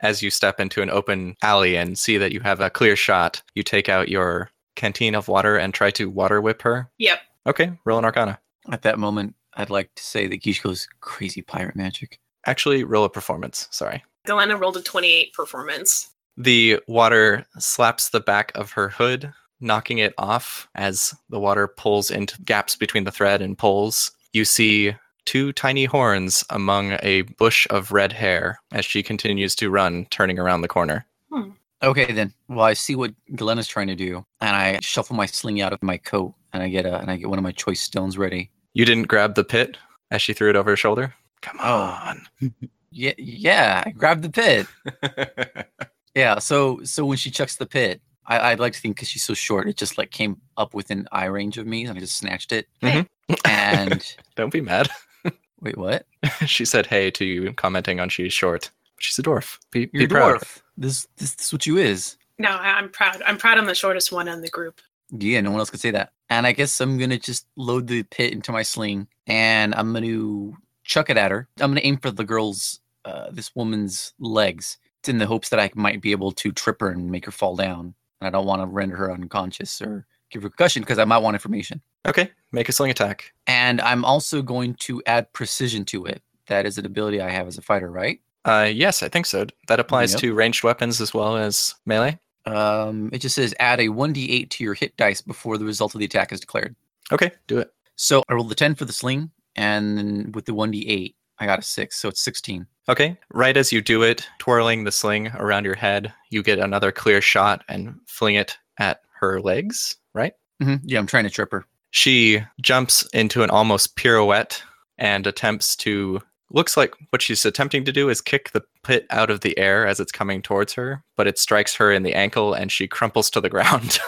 As you step into an open alley and see that you have a clear shot, you take out your canteen of water and try to water whip her. Yep. Okay, roll an arcana. at that moment, I'd like to say that Geesh goes crazy pirate magic. Actually, roll a performance. Sorry. Galena rolled a 28 performance. The water slaps the back of her hood, knocking it off as the water pulls into gaps between the thread and pulls. You see two tiny horns among a bush of red hair as she continues to run, turning around the corner. Okay, then. Well, I see what Glenn is trying to do, and I shuffle my sling out of my coat, and I get a, and I get one of my choice stones ready. You didn't grab the pit as she threw it over her shoulder? Come on. Yeah, yeah. I grab the pit. Yeah. So, so when she chucks the pit, I, I'd like to think because she's so short, it just like came up within eye range of me, and I just snatched it. Mhm. And Don't be mad. wait, what? she said hey to you, commenting on she's short. She's a dwarf. Be, You're be a proud. dwarf. This, this, this is what you is. No, I- I'm proud. I'm proud I'm the shortest one in the group. Yeah, no one else could say that. And I guess I'm gonna just load the pit into my sling, and I'm gonna chuck it at her. I'm gonna aim for the girl's, uh, this woman's legs, It's in the hopes that I might be able to trip her and make her fall down. And I don't want to render her unconscious or give her concussion because I might want information. Okay, make a sling attack. And I'm also going to add precision to it. That is an ability I have as a fighter, right? Uh, yes, I think so. That applies Yep. to ranged weapons as well as melee. Um, it just says add a 1d8 to your hit dice before the result of the attack is declared. Okay, do it. So I rolled the 10 for the sling, and then with the 1d8, I got a 6, so it's 16. Okay, right as you do it, twirling the sling around your head, you get another clear shot and fling it at her legs, right? hmm Yeah, I'm trying to trip her. She jumps into an almost pirouette and attempts to. Looks like what she's attempting to do is kick the pit out of the air as it's coming towards her, but it strikes her in the ankle and she crumples to the ground.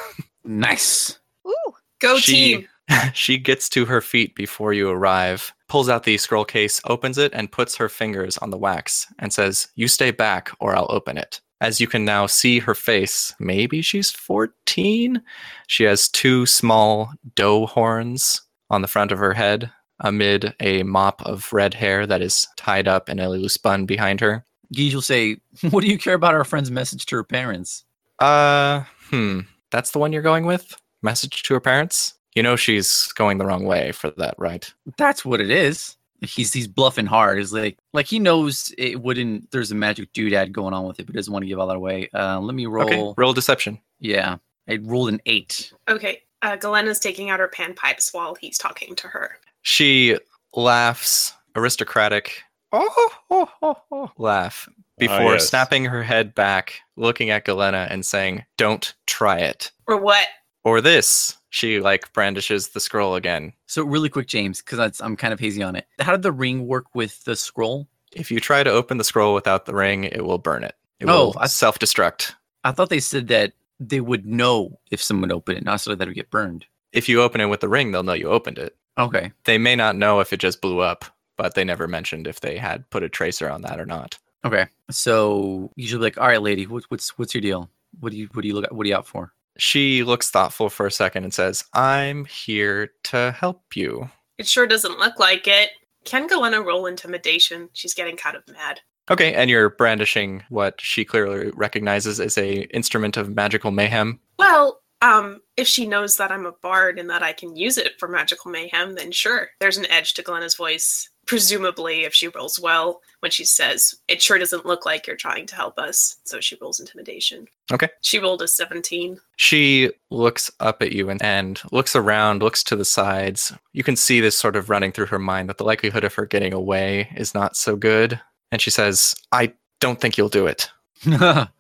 Nice. Ooh, Go She- team. she gets to her feet before you arrive, pulls out the scroll case, opens it, and puts her fingers on the wax and says, You stay back or I'll open it. As you can now see her face, maybe she's 14. She has two small doe horns on the front of her head amid a mop of red hair that is tied up in a loose bun behind her. Geej will say, What do you care about our friend's message to her parents? Uh, hmm. That's the one you're going with? Message to her parents? You know she's going the wrong way for that, right? That's what it is. He's he's bluffing hard. He's like like he knows it wouldn't. There's a magic doodad going on with it, but doesn't want to give all that away. Uh, let me roll. Okay, roll deception. Yeah, I rolled an eight. Okay. Uh, Galena's taking out her panpipes while he's talking to her. She laughs, aristocratic, oh, oh, oh, oh, laugh before yes. snapping her head back, looking at Galena and saying, "Don't try it." Or what? Or this. She like brandishes the scroll again. So really quick, James, because I'm kind of hazy on it. How did the ring work with the scroll? If you try to open the scroll without the ring, it will burn it. It Oh, will I- self-destruct. I thought they said that they would know if someone opened it, not so that it would get burned. If you open it with the ring, they'll know you opened it. Okay. They may not know if it just blew up, but they never mentioned if they had put a tracer on that or not. Okay. So you should be like, all right, lady, what, what's what's your deal? What do you what do you look at? What are you out for? She looks thoughtful for a second and says, "I'm here to help you." It sure doesn't look like it. Can Galena roll intimidation? She's getting kind of mad. Okay, and you're brandishing what she clearly recognizes as a instrument of magical mayhem. Well, um, if she knows that I'm a bard and that I can use it for magical mayhem, then sure. There's an edge to Galena's voice. Presumably, if she rolls well, when she says, "It sure doesn't look like you're trying to help us," so she rolls intimidation. Okay. She rolled a 17. She looks up at you and, and looks around, looks to the sides. You can see this sort of running through her mind that the likelihood of her getting away is not so good. And she says, I don't think you'll do it.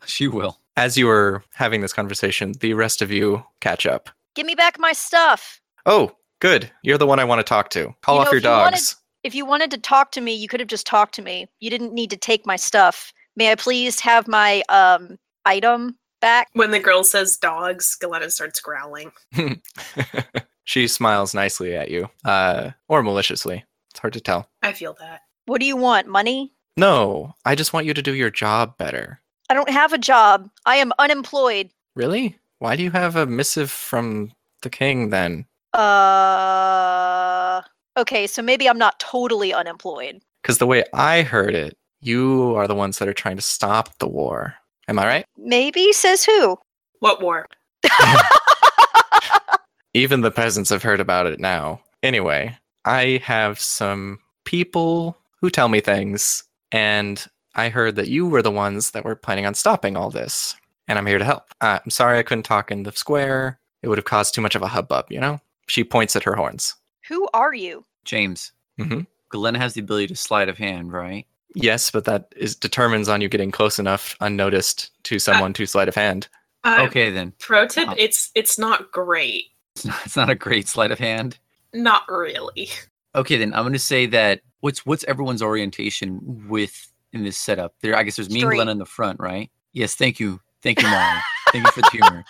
she will. As you are having this conversation, the rest of you catch up. Give me back my stuff. Oh, good. You're the one I want to talk to. Call You off know, your if you wanted- dogs. If you wanted to talk to me, you could have just talked to me. You didn't need to take my stuff. May I please have my um item back? When the girl says dogs, Galena starts growling. she smiles nicely at you, uh, or maliciously. It's hard to tell. I feel that. What do you want? Money? No, I just want you to do your job better. I don't have a job. I am unemployed. Really? Why do you have a missive from the king then? Uh okay, so maybe I'm not totally unemployed. Because the way I heard it, you are the ones that are trying to stop the war. Am I right? Maybe says who? What war? Even the peasants have heard about it now. Anyway, I have some people who tell me things, and I heard that you were the ones that were planning on stopping all this, and I'm here to help. Uh, I'm sorry I couldn't talk in the square. It would have caused too much of a hubbub, you know? She points at her horns. who are you? James. Mhm. Glenna has the ability to sleight of hand, right? Yes, but that is determines on you getting close enough unnoticed to someone to sleight of hand. Uh, okay, then. Pro tip: Wow. It's it's not great. It's not, it's not a great sleight of hand. Not really. Okay, then I'm going to say that what's what's everyone's orientation with in this setup? There, I guess there's me and Straight. Glenna in the front, right? Yes, thank you, thank you, Molly. thank you for the humor.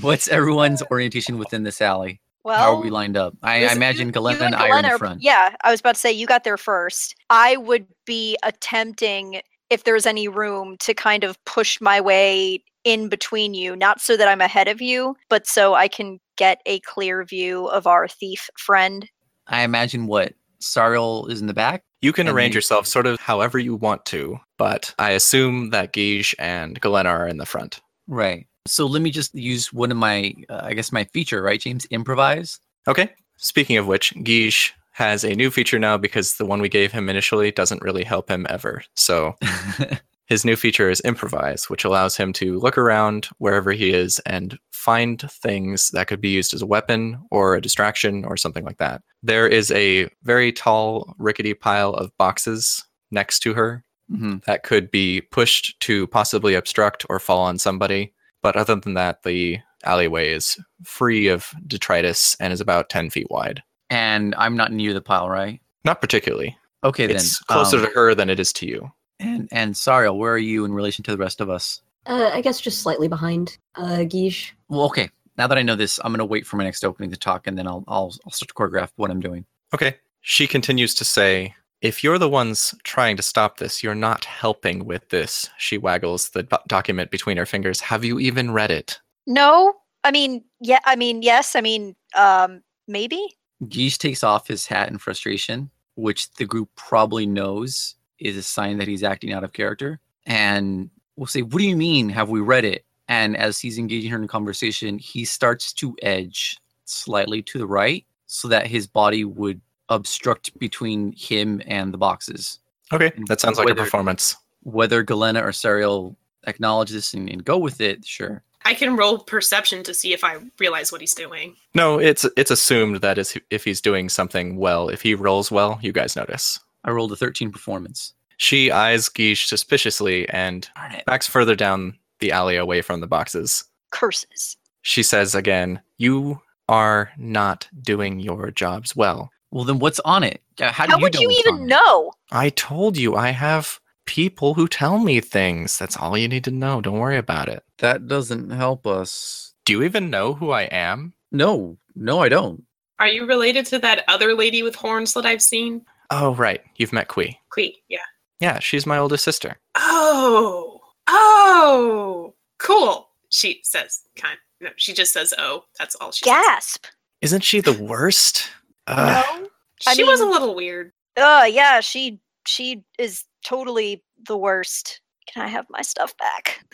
What's everyone's orientation within this alley? Well, How are we lined up? I, Listen, I imagine you- Galena you and I are in Glenn the front. Yeah, I was about to say you got there first. I would be attempting, if there's any room, to kind of push my way in between you, not so that I'm ahead of you, but so I can get a clear view of our thief friend. I imagine what Sariel is in the back. You can And arrange you- yourself sort of however you want to, but I assume that Guige and Galena are in the front. Right. So let me just use one of my, uh, I guess, my feature, right, James? Improvise. Okay. Speaking of which, Guige has a new feature now because the one we gave him initially doesn't really help him ever. So Mm-hmm. his new feature is improvise, which allows him to look around wherever he is and find things that could be used as a weapon or a distraction or something like that. There is a very tall, rickety pile of boxes next to her hmm that could be pushed to possibly obstruct or fall on somebody. But other than that, the alleyway is free of detritus and is about 10 feet wide. And I'm not near the pile, right? Not particularly. Okay, then. it's closer um, to her than it is to you. And and Sariel, where are you in relation to the rest of us? Uh, I guess just slightly behind uh, Guiche. Well, okay. Now that I know this, I'm gonna wait for my next opening to talk, and then I'll I'll, I'll start to choreograph what I'm doing. Okay. She continues to say, If you're the ones trying to stop this, you're not helping with this. She waggles the do- document between her fingers. Have you even read it? No, I mean, yeah, I mean, yes, I mean, um, maybe. Geesh takes off his hat in frustration, which the group probably knows is a sign that he's acting out of character. And we'll say, What do you mean? Have we read it? And as he's engaging her in conversation, he starts to edge slightly to the right so that his body would obstruct between him and the boxes. Okay. That sounds like Whether- a performance. Whether Galena or Sariel acknowledge this and, and go with it, sure. I can roll perception to see if I realize what he's doing. No, it's it's assumed that is if he's doing something well, if he rolls well, you guys notice. I rolled a 13 performance. She eyes Geesh suspiciously and Darn it. backs further down the alley away from the boxes. Curses. She says again, You are not doing your jobs well. Well, then what's on it? Uh, How, do How you would know you what's even on it? know? I told you I have people who tell me things. That's all you need to know. Don't worry about it. That doesn't help us. Do you even know who I am? No, no, I don't. Are you related to that other lady with horns that I've seen? Oh, right. You've met Kui. Quee, yeah. Yeah, she's my older sister. Oh, oh, cool. She says, kind. No, she just says, "Oh." That's all she. says. Gasp. Isn't she the worst? Ugh. No. She I was a mean- little weird. Oh yeah, she she is totally the worst. Can I have my stuff back?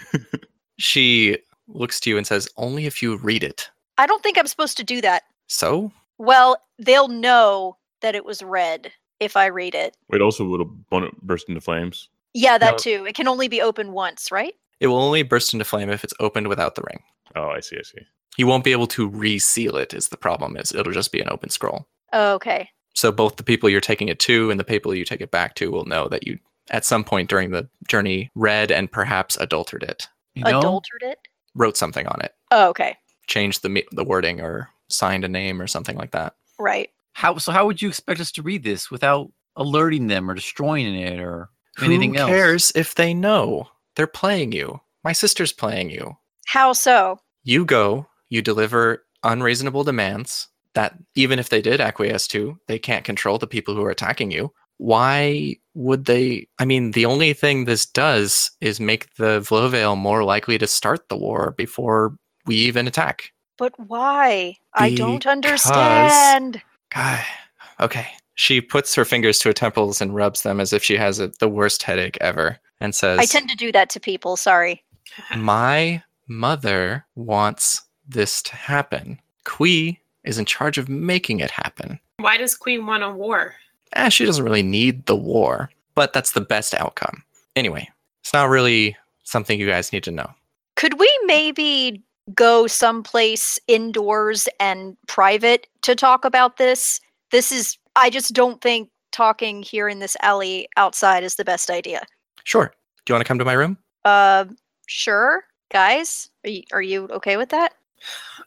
She looks to you and says, Only if you read it. I don't think I'm supposed to do that. So? Well, they'll know that it was red if I read it. Wait, also would a bonnet burst into flames? Yeah, that No. too. It can only be open once, right? It will only burst into flame if it's opened without the ring. Oh, I see, I see. You won't be able to reseal it, is the problem, is it'll just be an open scroll. Oh, okay. So both the people you're taking it to and the people you take it back to will know that you at some point during the journey read and perhaps adultered it, You know? Adultered it? wrote something on it, Oh, okay. changed the me- the wording or signed a name or something like that. Right. How so? How would you expect us to read this without alerting them or destroying it or anything Who else? cares if they know? They're playing you. My sister's playing you. How so? You go, you deliver unreasonable demands that even if they did acquiesce to, they can't control the people who are attacking you. Why would they? I mean, the only thing this does is make the Vlovale more likely to start the war before we even attack. But why? I Because- don't understand. God. Okay. She puts her fingers to her temples and rubs them as if she has a, the worst headache ever and says, I tend to do that to people, sorry. My mother wants this to happen. Kui is in charge of making it happen. Why does Queen want a war? Eh, she doesn't really need the war, but that's the best outcome. Anyway, it's not really something you guys need to know. Could we maybe go someplace indoors and private to talk about this? This is, I just don't think talking here in this alley outside is the best idea. Sure. Do you want to come to my room? Uh, sure, guys. Are you, are you okay with that?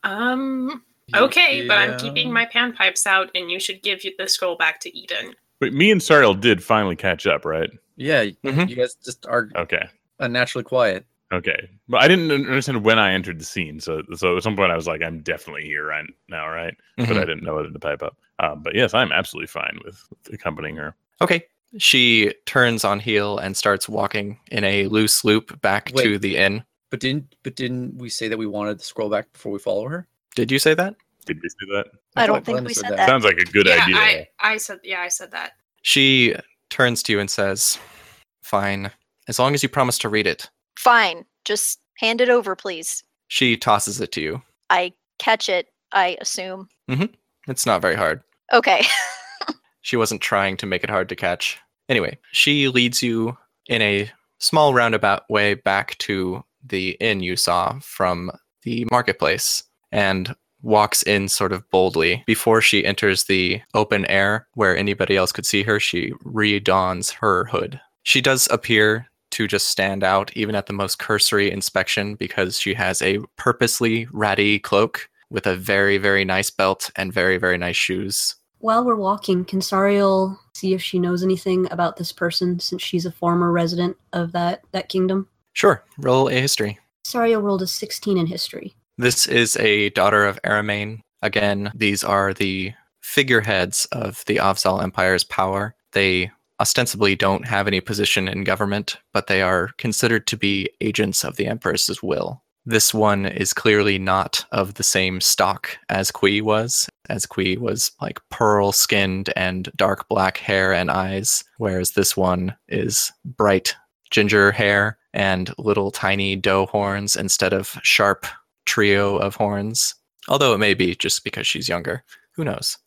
Um. Okay, but I'm Yeah. keeping my panpipes out, and you should give the scroll back to Eden. Wait, me and Sariel did finally catch up, right? Yeah, Mhm. you guys just are Okay. unnaturally quiet. Okay. But I didn't un- understand when I entered the scene. So so at some point I was like, I'm definitely here right now, right? Mm-hmm. But I didn't know whether to pipe up. Um, but yes, I'm absolutely fine with accompanying her. Okay. She turns on heel and starts walking in a loose loop back to Wait. the inn. But didn't but didn't we say that we wanted to scroll back before we follow her? Did you say that? Did we say that? I, thought don't think Glenna we said said that. that. Sounds like a good Uh, yeah, idea. I, I said. Yeah, I said that. She turns to you and says, Fine. As long as you promise to read it. Fine, just hand it over, please. She tosses it to you. I catch it, I assume. It's not very hard. Okay. She wasn't trying to make it hard to catch. Anyway, she leads you in a small roundabout way back to the inn you saw from the marketplace and walks in sort of boldly. Before she enters the open air where anybody else could see her, she redons her hood. She does appear to just stand out even at the most cursory inspection because she has a purposely ratty cloak with a very, very nice belt and very, very nice shoes. While we're walking, can Sariel see if she knows anything about this person since she's a former resident of that, that kingdom? Sure, roll a history. Sariel rolled a 16 in history. This is a daughter of Aramain. Again, these are the figureheads of the Avsal Empire's power. They ostensibly don't have any position in government, but they are considered to be agents of the Empress's will. This one is clearly not of the same stock as Kui was, as Kui was like pearl skinned and dark black hair and eyes, whereas this one is bright ginger hair and little tiny doe horns instead of sharp trio of horns. Although it may be just because she's younger. Who knows?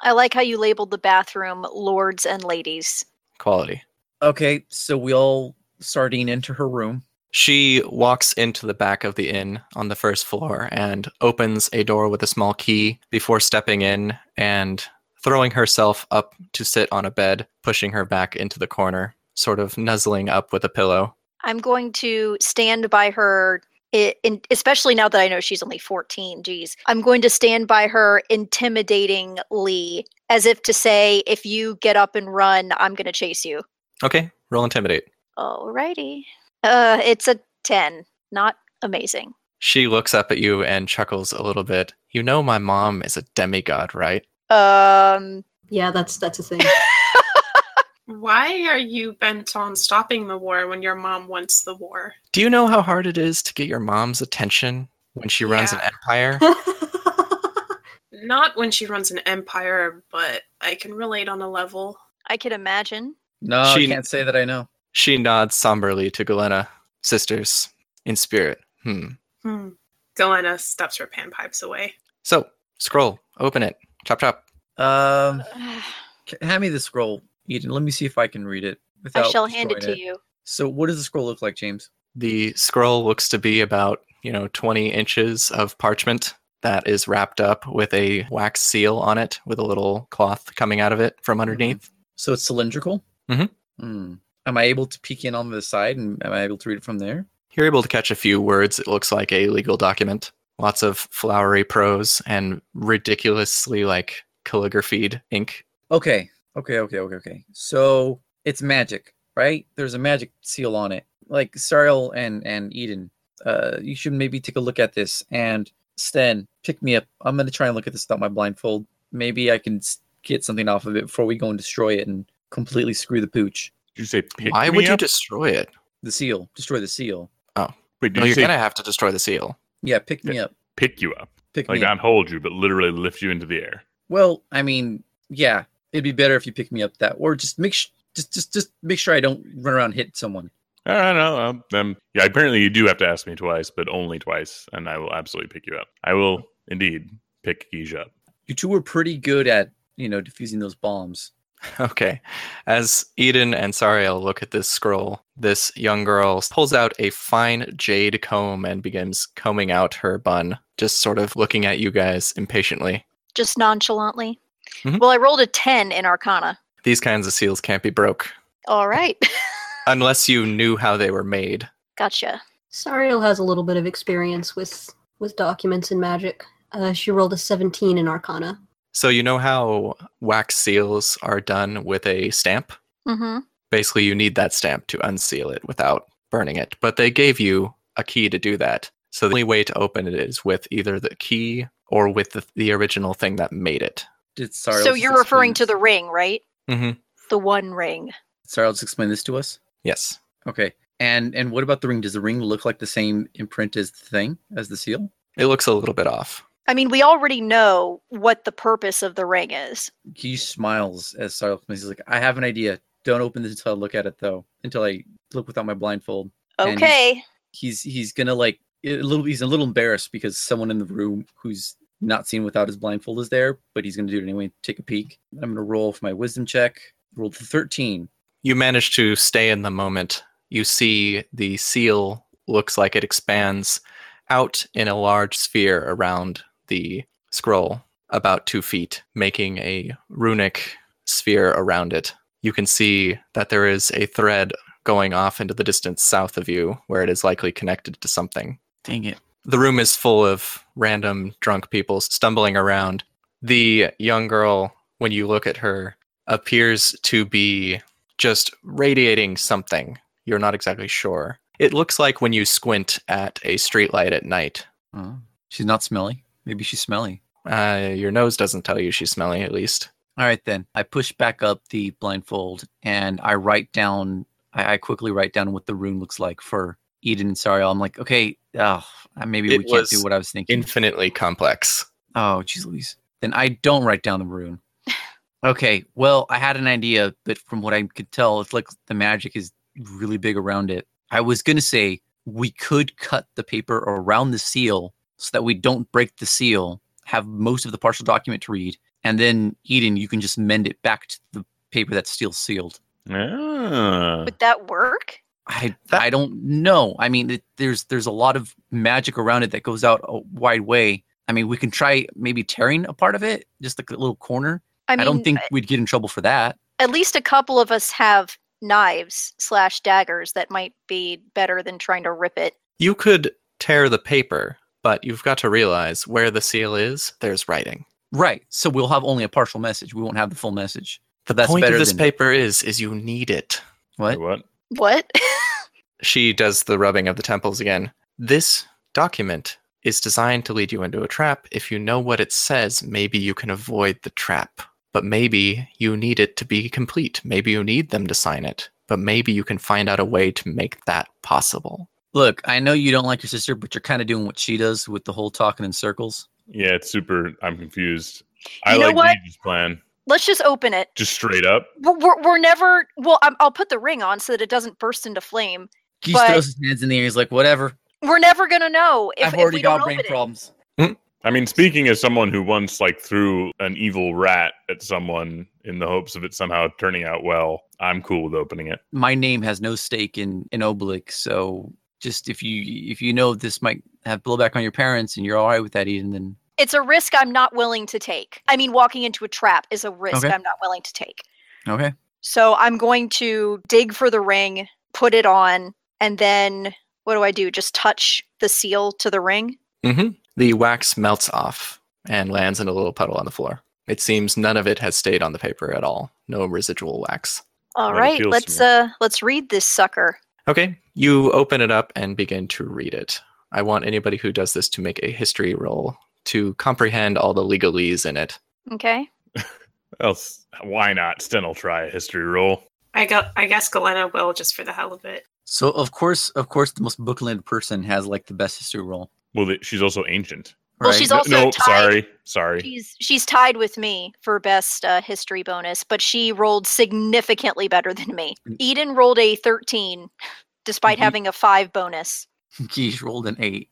I like how you labeled the bathroom lords and ladies. Quality. Okay, so we all sardine into her room. She walks into the back of the inn on the first floor and opens a door with a small key before stepping in and throwing herself up to sit on a bed, pushing her back into the corner, sort of nuzzling up with a pillow. I'm going to stand by her, i- in, especially now that I know she's only 14. Geez. I'm going to stand by her intimidatingly, as if to say, if you get up and run, I'm going to chase you. Okay, roll intimidate. Alrighty. Uh, it's a 10. Not amazing. She looks up at you and chuckles a little bit. You know my mom is a demigod, right? Um, Yeah, that's that's a thing. Why are you bent on stopping the war when your mom wants the war? Do you know how hard it is to get your mom's attention when she runs an Yeah. empire? Not when she runs an empire, but I can relate on a level. I can imagine. No, She- I can't say that I know. she nods somberly to Galena. Sisters, in spirit. Hmm. Hmm. Galena steps her panpipes away. So, scroll, open it. Chop chop. Um, c- hand me the scroll, Eden. Let me see if I can read it. Without I shall hand it to destroying you. So, what does the scroll look like, James? The scroll looks to be about, you know, 20 inches of parchment that is wrapped up with a wax seal on it with a little cloth coming out of it Mm-hmm. from underneath. So it's cylindrical. Mhm. Hmm. Am I able to peek in on the side, and am I able to read it from there? You're able to catch a few words. It looks like a legal document. Lots of flowery prose and ridiculously like calligraphied ink. Okay, okay, okay, okay, okay. So it's magic, right? There's a magic seal on it. Like Sariel and and Eden, uh, you should maybe take a look at this. And Sten, pick me up. I'm gonna try and look at this without my blindfold. Maybe I can s- get something off of it before we go and destroy it and completely screw the pooch. Did you say pick Why me would you up? destroy it? The seal, destroy the seal. Wait, did No, Oh, you you're say going to have to destroy the seal. Yeah, pick me Yeah. up. pick you up? Pick Like me up. not hold you, but literally lift you into the air. Well, I mean, yeah, it'd be better if you pick me up that, or just make sh- just just just make sure I don't run around and hit someone. All right, no, um, yeah. Apparently, you do have to ask me twice, but only twice, and I will absolutely pick you up. I will indeed pick Geisha up. You two were pretty good at you know defusing those bombs. Okay. As Eden and Sariel look at this scroll, this young girl pulls out a fine jade comb and begins combing out her bun, just sort of looking at you guys impatiently. Just nonchalantly. Mm-hmm. Mhm. Well, I rolled a 10 in Arcana. These kinds of seals can't be broke All right. unless you knew how they were made. gotcha. Sariel has a little bit of experience with with documents and magic. Uh, she rolled a 17 in Arcana. So, you know how wax seals are done with a stamp? Mm-hmm. Basically, you need that stamp to unseal it without burning it. But they gave you a key to do that. So, the only way to open it is with either the key or with the, the original thing that made it. Did Sarles so you're referring to the ring, right? Mm-hmm. The one ring. Sarles explain this to us? Yes. Okay, and and what about the ring? Does the ring look like the same imprint as the thing as the seal? It looks a little bit off. I mean, we already know what the purpose of the ring is. He smiles as Sarles explains. He's like, I have an idea. Don't open this until I look at it though. Until I look without my blindfold. And he's- Okay. he's he's gonna like a little he's a little embarrassed because someone in the room who's not seen without his blindfold is there, but he's gonna do it anyway. Take a peek. I'm gonna roll for my wisdom check. Roll the 13. You manage to stay in the moment. You see the seal looks like it expands out in a large sphere around the scroll, about two feet, making a runic sphere around it. You can see that there is a thread going off into the distance south of you, where it is likely connected to something. Dang it. the room is full of random drunk people stumbling around. The young girl, when you look at her, appears to be just radiating something. You're not exactly sure. It looks like when you squint at a streetlight at night. Oh, she's not smelly. Maybe she's smelly. Uh, your nose doesn't tell you she's smelly, at least. All right then. I push back up the blindfold and I write down I, I quickly write down what the rune looks like for Eden and Sariel. I'm like, okay, oh, maybe It we can't do was what I was thinking. Infinitely complex. Oh, jeez Louise. Then I don't write down the rune. okay, well, I had an idea, but from what I could tell, it's like the magic is really big around it. I was going to say we could cut the paper around the seal so that we don't break the seal, have most of the partial document to read, and then Eden, you can just mend it back to the paper that's still sealed. uh, Ah. Would that work? I That- I don't know. I mean, it, there's there's a lot of magic around it that goes out a wide way. I mean, we can try maybe tearing a part of it, just like a little corner, I I, mean, don't think we'd get in trouble for that. at least a couple of us have knives slash daggers that might be better than trying to rip it. You could tear the paper, but you've got to realize where the seal is, there's writing. Right. So we'll have only a partial message. We won't have the full message. The That's point of better this than- paper is is you need it. What? What? What? She does the rubbing of the temples again. This document is designed to lead you into a trap. If you know what it says, maybe you can avoid the trap. But maybe you need it to be complete. Maybe you need them to sign it. But maybe you can find out a way to make that possible. Look, I know you don't like your sister, but you're kind of doing what she does with the whole talking in circles. Yeah, it's super. I'm confused. I You know like what? Reed's plan, Let's just open it. just straight up. We're, we're, we're never. Well, I'm, I'll put the ring on so that it doesn't burst into flame. He But- throws his hands in the air. He's like, whatever. We're never gonna know if, I've if already we don't got open brain it. problems. I mean, speaking as someone who once like threw an evil rat at someone in the hopes of it somehow turning out well, I'm cool with opening it. My name has no stake in in Obelix, so just if you if you know this might have blowback on your parents and you're all right with that, Eden, then It's a risk I'm not willing to take. I mean, walking into a trap is a risk Okay. I'm not willing to take. okay. So I'm going to dig for the ring, put it on, and then what do I do? Just touch the seal to the ring? Mm-hmm. The wax melts off and lands in a little puddle on the floor. It seems none of it has stayed on the paper at all. No residual wax. All That right, appeals to let's me. uh let's read this sucker. Okay, you open it up and begin to read it. I want anybody who does this to make a history roll to comprehend all the legalese in it. Okay. Else, why not? Sten will try a history roll. I got. I guess Galena will just for the hell of it. So of course, of course, the most booklanded person has like the best history roll. Well, th- she's also ancient. Well, right? she's No- also no, tied- sorry, sorry. She's she's tied with me for best uh, history bonus, but she rolled significantly better than me. Eden rolled a 13 despite Mhm. having a 5 bonus. Geesh rolled an eight.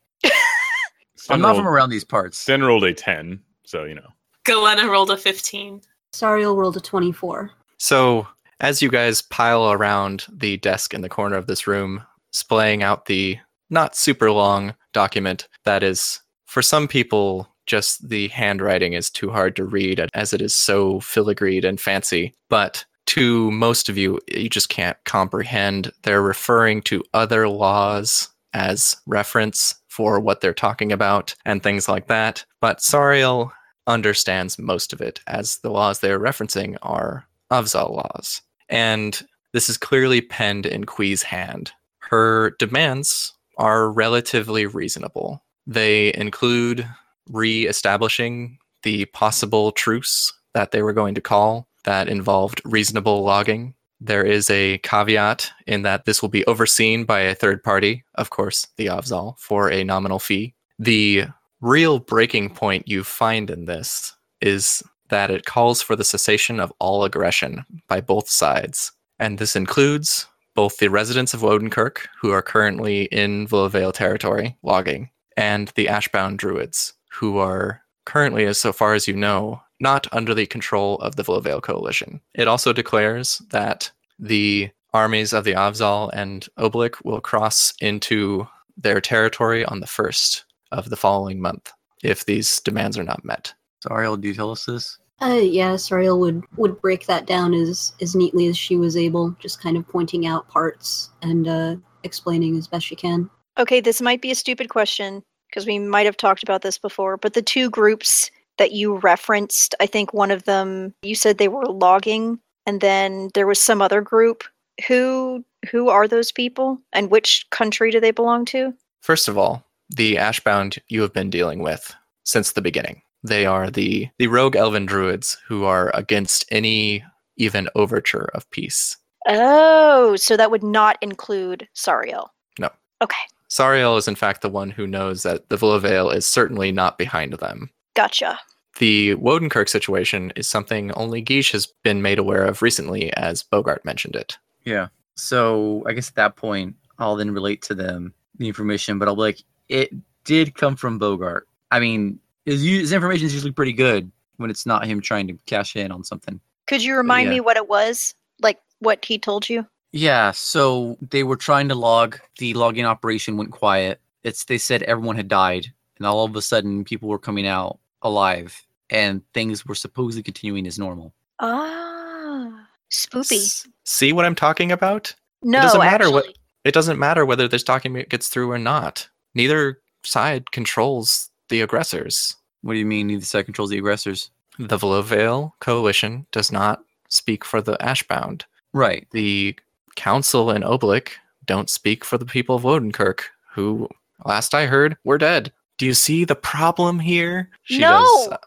Sten I'm not from rolled, around these parts. Sten rolled a ten, so you know. Galena rolled a fifteen. Sariel rolled a 24. So, as you guys pile around the desk in the corner of this room, splaying out the not super long document that is, for some people, just the handwriting is too hard to read as it is so filigreed and fancy. But to most of you, you just can't comprehend. They're referring to other laws as reference for what they're talking about and things like that. But Sariel understands most of it as the laws they're referencing are Avzal laws. And this is clearly penned in Quee's hand. Her demands are relatively reasonable. They include re establishing the possible truce that they were going to call that involved reasonable logging. There is a caveat in that this will be overseen by a third party, of course, the Avzal, for a nominal fee. The real breaking point you find in this is that it calls for the cessation of all aggression by both sides. And this includes both the residents of Wodenkirk, who are currently in Villavale territory, logging, and the Ashbound Druids, who are currently, as so far as you know, not under the control of the Villavale Coalition. It also declares that the armies of the Avzal and Oblik will cross into their territory on the first of the following month if these demands are not met. Sorry, do you tell us this? Uh, yeah, Sariel would, would break that down as, as neatly as she was able, just kind of pointing out parts and uh, explaining as best she can. Okay, this might be a stupid question because we might have talked about this before, but the two groups that you referenced, I think one of them you said they were logging and then there was some other group. Who who are those people and which country do they belong to? First of all, the Ashbound you have been dealing with since the beginning. They are the, the rogue elven druids who are against any even overture of peace. Oh, so that would not include Sariel. No. Okay, Sariel is, in fact, the one who knows that the Villavale is certainly not behind them. gotcha. The Wodenkirk situation is something only Geesh has been made aware of recently, as Bogart mentioned it. Yeah. So I guess at that point, I'll then relate to them the information, but I'll be like, it did come from Bogart. I mean, his, u- his information is usually pretty good when it's not him trying to cash in on something. Could you remind Yeah. me what it was? Like what he told you? Yeah. So they were trying to log. The logging operation went quiet. It's they said everyone had died, and all of a sudden people were coming out alive. and things were supposedly continuing as normal. Ah, spoopy. S- See what I'm talking about? No, doesn't matter actually. what- It doesn't matter whether this document gets through or not. Neither side controls the aggressors. What do you mean? Neither side controls the aggressors. The Vlovale Coalition does not speak for the Ashbound. Right. The Council and Oblik don't speak for the people of Wodenkirk, who, last I heard, were dead. Do you see the problem here? does- No. uh,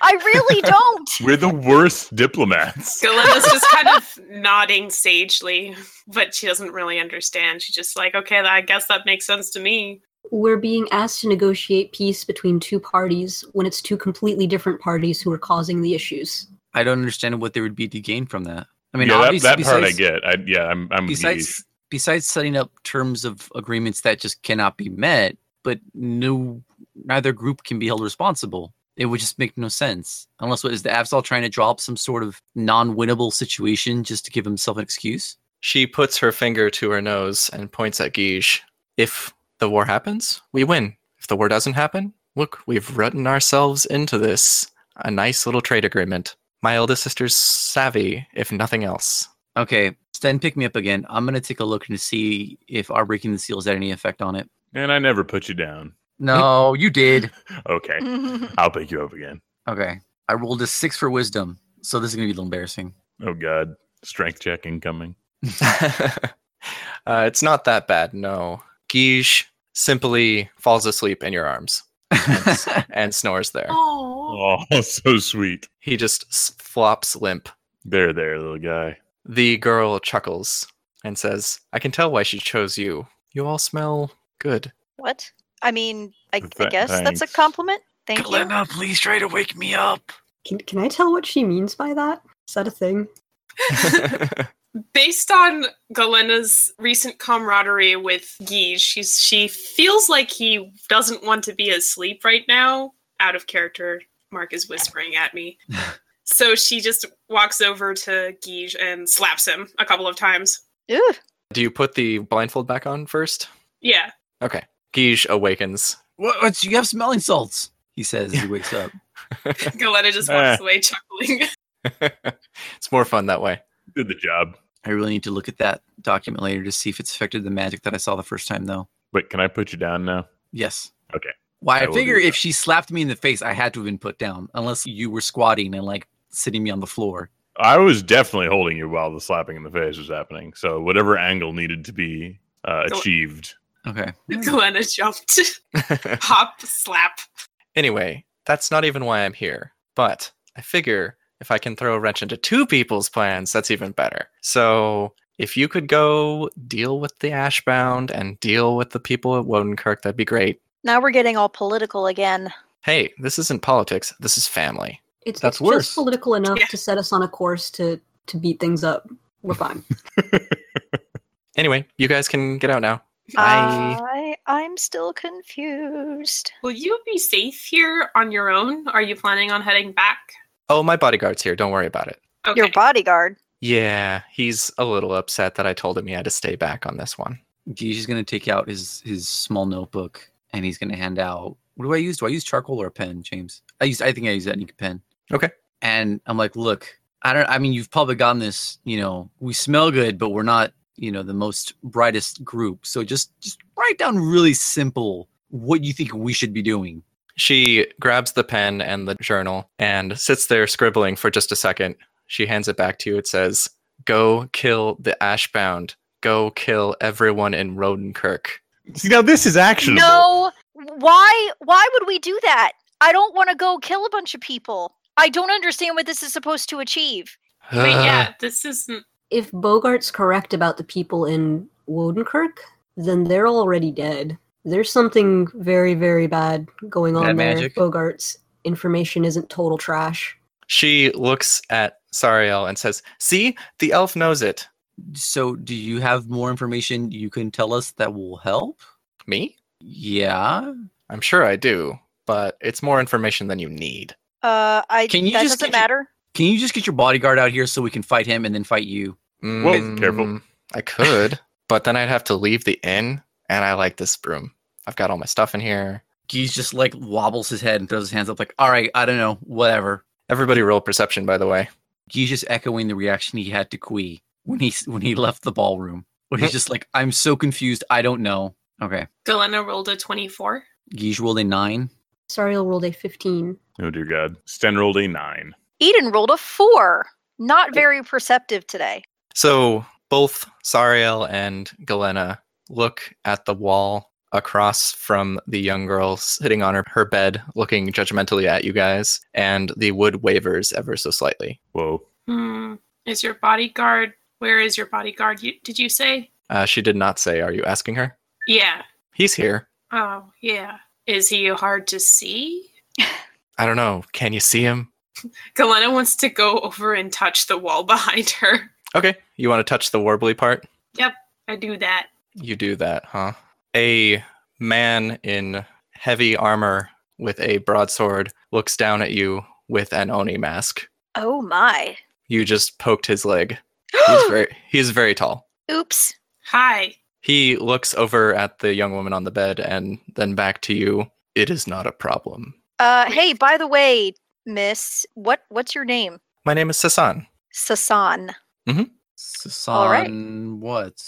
I really don't. We're the worst diplomats. Galena's just kind of nodding sagely, but she doesn't really understand. She's just like, okay, I guess that makes sense to me. We're being asked to negotiate peace between two parties when it's two completely different parties who are causing the issues. I don't understand what there would be to gain from that. I mean, yeah, that, obviously, that part I besides- get. I, yeah, I'm. I'm with Yiddish. besides besides setting up terms of agreements that just cannot be met, but no neither group can be held responsible. It would just make no sense. Unless what is the Absol trying to drop some sort of non-winnable situation just to give himself an excuse? She puts her finger to her nose and points at Guige. If the war happens, we win. If the war doesn't happen, look, we've written ourselves into this. A nice little trade agreement. My eldest sister's savvy, if nothing else. Okay, Sten, pick me up again. I'm gonna take a look and see if our breaking the seals had any effect on it. And I never put you down. No, you did. Okay, I'll pick you up again. Okay, I rolled a six for wisdom, so this is gonna be a little embarrassing. Oh God, strength check incoming. uh, it's not that bad, no. Guige simply falls asleep in your arms and snores there. Oh, Oh, so sweet. He just s- flops limp. There, there, little guy. The girl chuckles and says, I can tell why she chose you. You all smell good. What? I mean, I, I Th- guess that's a thanks. compliment. Thank you. Glenna, please try to wake me up. Can, can I tell what she means by that? Is that a thing? based on Galena's recent camaraderie with Guy, she's she feels like he doesn't want to be asleep right now. Out of character, Mark is whispering at me. so she just walks over to Guy and slaps him a couple of times. Ooh, Do you put the blindfold back on first? Yeah. Okay. Guige awakens. What, what? You have smelling salts? He says as he wakes up. Galena just Ah. walks away chuckling. it's more fun that way. Did the job. I really need to look at that document later to see if it's affected the magic that I saw the first time, though. Wait, can I put you down now? Yes. Okay. Why? I I, will do figure that. if she slapped me in the face, I had to have been put down, unless you were squatting and like sitting me on the floor. I was definitely holding you while the slapping in the face was happening. So whatever angle needed to be uh, Go- achieved. Okay. Galena jumped. Hop, slap. anyway, that's not even why I'm here. But I figure if I can throw a wrench into two people's plans, that's even better. So if you could go deal with the Ashbound and deal with the people at Wodenkirk, that'd be great. now we're getting all political again. Hey, this isn't politics. This is family. It's, That's it's worse. just political enough Yeah. to set us on a course to, to beat things up. We're fine. Anyway, you guys can get out now. Bye. I I'm still confused. Will you be safe here on your own? Are you planning on heading back? Oh, my bodyguard's here. Don't worry about it. Okay. Your bodyguard. Yeah, he's a little upset that I told him he had to stay back on this one. Geesh is gonna take out his his small notebook and he's gonna hand out. What do I use? Do I use charcoal or a pen, James? I use. I think I use that ink pen. Okay. And I'm like, look, I don't. I mean, you've probably gotten this. You know, we smell good, but we're not. You know, the most brightest group. So just just write down really simple what you think we should be doing. She grabs the pen and the journal and sits there scribbling for just a second. She hands it back to you. It says, Go kill the Ashbound. Go kill everyone in Rodenkirk. See, now this is actionable. No. Why why would we do that? I don't want to go kill a bunch of people. I don't understand what this is supposed to achieve. Wait, yeah, this isn't. if Bogart's correct about the people in Wodenkirk, then they're already dead. There's something very, very bad going on Bad there. magic? Bogart's information isn't total trash. She looks at Sariel and says, See, the elf knows it. So, do you have more information you can tell us that will help? Me? Yeah. I'm sure I do, but it's more information than you need. Uh I Can you that just doesn't get your- matter. Can you just get your bodyguard out here so we can fight him and then fight you? Whoa, careful. Mm, I could, but then I'd have to leave the inn, and I like this room. I've got all my stuff in here. Geese just like wobbles his head and throws his hands up, like, all right, I don't know, whatever. Everybody roll perception, by the way. Geese just echoing the reaction he had to Kui when he when he left the ballroom. Where he's just like, I'm so confused, I don't know. Okay. Galena rolled a 24. Geese rolled a nine. Sariel rolled a 15. Oh dear God. Sten rolled a nine. Eden rolled a four. Not very perceptive today. So both Sariel and Galena look at the wall across from the young girl sitting on her, her bed, looking judgmentally at you guys, and the wood wavers ever so slightly. Whoa. Hmm. Is your bodyguard? Where is your bodyguard? You, did you say? Uh, she did not say, Are you asking her? Yeah. He's here. Oh, yeah. Is he hard to see? I don't know. Can you see him? Galena wants to go over and touch the wall behind her. Okay. You want to touch the warbly part? I do that. You do that, huh? A man in heavy armor with a broadsword looks down at you with an Oni mask. Oh my. You just poked his leg. He's very he's very tall. Oops. Hi. He looks over at the young woman on the bed and then back to you. It is not a problem. Uh, hey, by the way, Miss, what what's your name? My name is Sasan Sasan. Sasan right. what?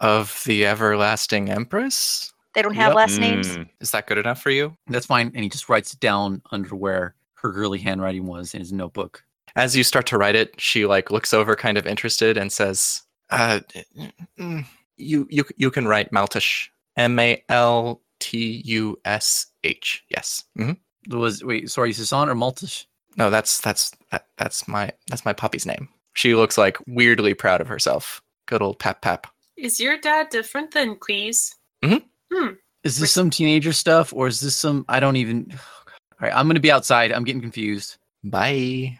of the Everlasting Empress. They don't have Yep. last names. Mm. Is that good enough for you? That's fine. And he just writes down under where her girly handwriting was in his notebook. As you start to write it, she like looks over, kind of interested, and says, uh, mm, "You you you can write Maltish. M A L T U S H. Yes. hmm Was wait, sorry, Sasan or Maltish? No, that's that's that, that's my that's my puppy's name. She looks like weirdly proud of herself. Good old pap pap. Is your dad different than Queez? Is this some teenager stuff or is this some I don't even oh all right, I'm gonna be outside. I'm getting confused. Bye."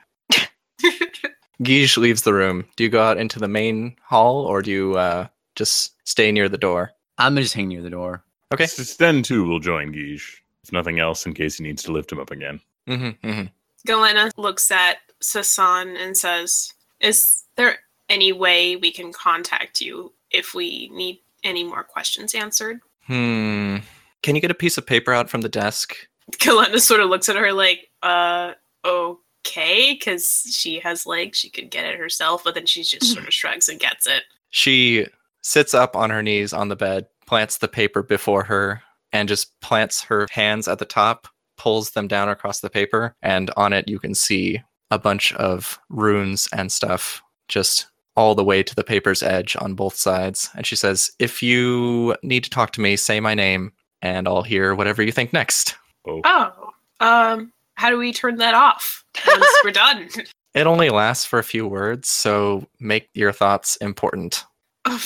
Guige leaves the room. Do you go out into the main hall, or do you uh, just stay near the door? I'm gonna just hang near the door. Okay. S- Sten too will join Guiche, if nothing else, in case he needs to lift him up again. Mm-hmm, mm-hmm. Galena looks at Sasan and says, Is there any way we can contact you if we need any more questions answered? Hmm. Can you get a piece of paper out from the desk? Galena sort of looks at her like, uh, okay, because she has legs, she could get it herself, but then she just sort of shrugs and gets it. She sits up on her knees on the bed, plants the paper before her, and just plants her hands at the top, pulls them down across the paper, and on it you can see a bunch of runes and stuff just all the way to the paper's edge on both sides. And she says, If you need to talk to me, say my name, and I'll hear whatever you think next. Oh, Oh, um, how do we turn that off once we're done? It only lasts for a few words, so make your thoughts important. oh,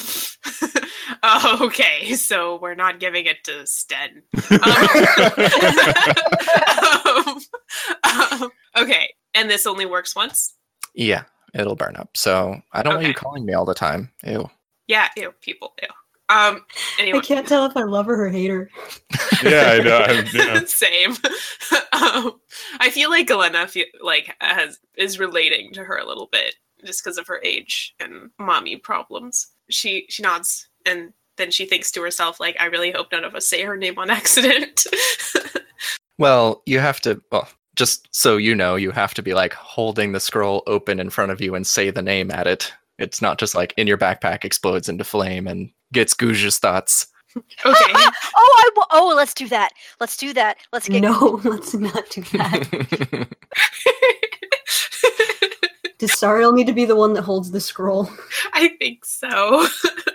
okay, so we're not giving it to Sten. Um, um, okay, and this only works once? Yeah, it'll burn up. So I don't want you Okay. calling me all the time. Ew. Yeah, ew, people, ew. Um, anyway. I can't tell if I love her or hate her. yeah, I know. I'm, yeah. Same. um, I feel like Elena feel, like has is relating to her a little bit just because of her age and mommy problems. She she nods and then she thinks to herself like I really hope none of us say her name on accident. Well, you have to. Well, just so you know, you have to be like holding the scroll open in front of you and say the name at it. It's not just like in your backpack explodes into flame and gets Guja's thoughts. okay. oh, I wa- oh, let's do that. Let's do that. Let's get No, let's not do that. Does Sariel need to be the one that holds the scroll? I think so.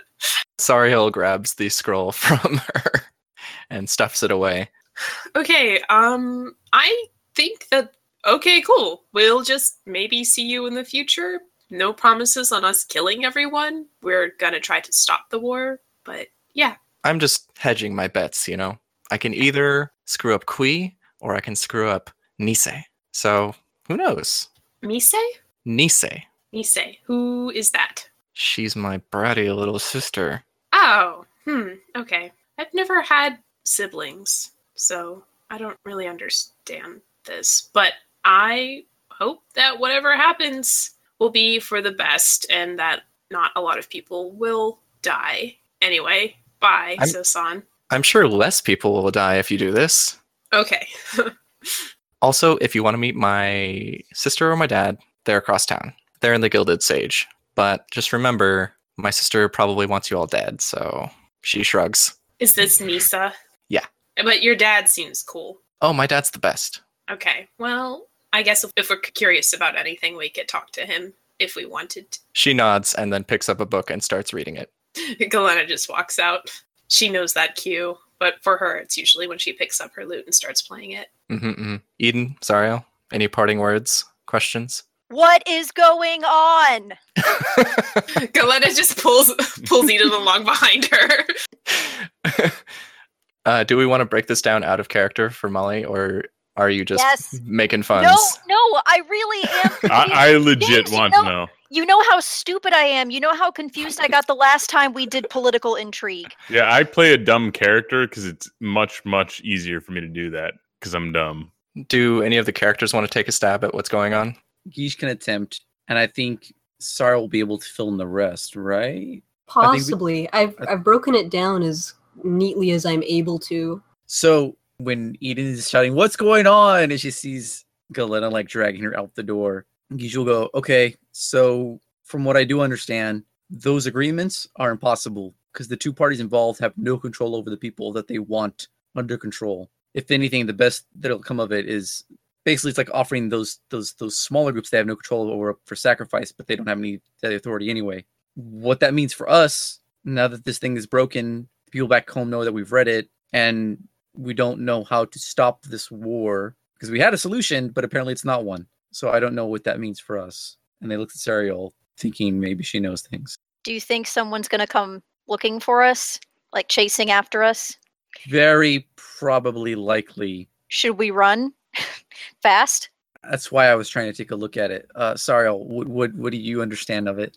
Sariel grabs the scroll from her and stuffs it away. Okay, um I think that okay, cool. We'll just maybe see you in the future. No promises on us killing everyone. We're going to try to stop the war, but yeah. I'm just hedging my bets, you know? I can either screw up Kui or I can screw up Nisei. So who knows? Mise? Nisei. Mise. Who is that? She's my bratty little sister. Oh, hmm, okay. I've never had siblings, so I don't really understand this, but I hope that whatever happens will be for the best and that not a lot of people will die. Anyway, bye, I'm- Sosan. I'm sure less people will die if you do this. Okay. Also, if you want to meet my sister or my dad, they're across town. They're in the Gilded Sage. But just remember, my sister probably wants you all dead, so she shrugs. Is this Nisa? Yeah. But your dad seems cool. Oh, my dad's the best. Okay. Well, I guess if, if we're curious about anything, we could talk to him if we wanted. She nods and then picks up a book and starts reading it. Galena just walks out. She knows that cue, but for her, it's usually when she picks up her lute and starts playing it. Mm-hmm, mm-hmm. Eden, Zario, any parting words, questions? What is going on? Galena just pulls pulls Eden along behind her. uh, do we want to break this down out of character for Molly, or are you just Yes. making funs? No, no, I really am. confused. I, I legit James, you want to know- know. You know how stupid I am. You know how confused I got the last time we did political intrigue. Yeah, I play a dumb character because it's much much easier for me to do that because I'm dumb. Do any of the characters want to take a stab at what's going on? Geesh can attempt, and I think Sar will be able to fill in the rest, right? I think we- Possibly. I've I've broken it down as neatly as I'm able to. So when Eden is shouting, "What's going on?" and she sees Galena like dragging her out the door, Geesh will go, "Okay, so from what I do understand, those agreements are impossible because the two parties involved have no control over the people that they want under control. If anything, the best that'll come of it is." Basically, it's like offering those those those smaller groups they have no control over for sacrifice, but they don't have any the authority anyway. What that means for us now that this thing is broken, people back home know that we've read it, and we don't know how to stop this war because we had a solution, but apparently it's not one. So I don't know what that means for us. And they looked at Serial, thinking maybe she knows things. Do you think someone's going to come looking for us, like chasing after us? Very probably likely. Should we run fast? That's why I was trying to take a look at it. Uh, Sariel, what, what what do you understand of it?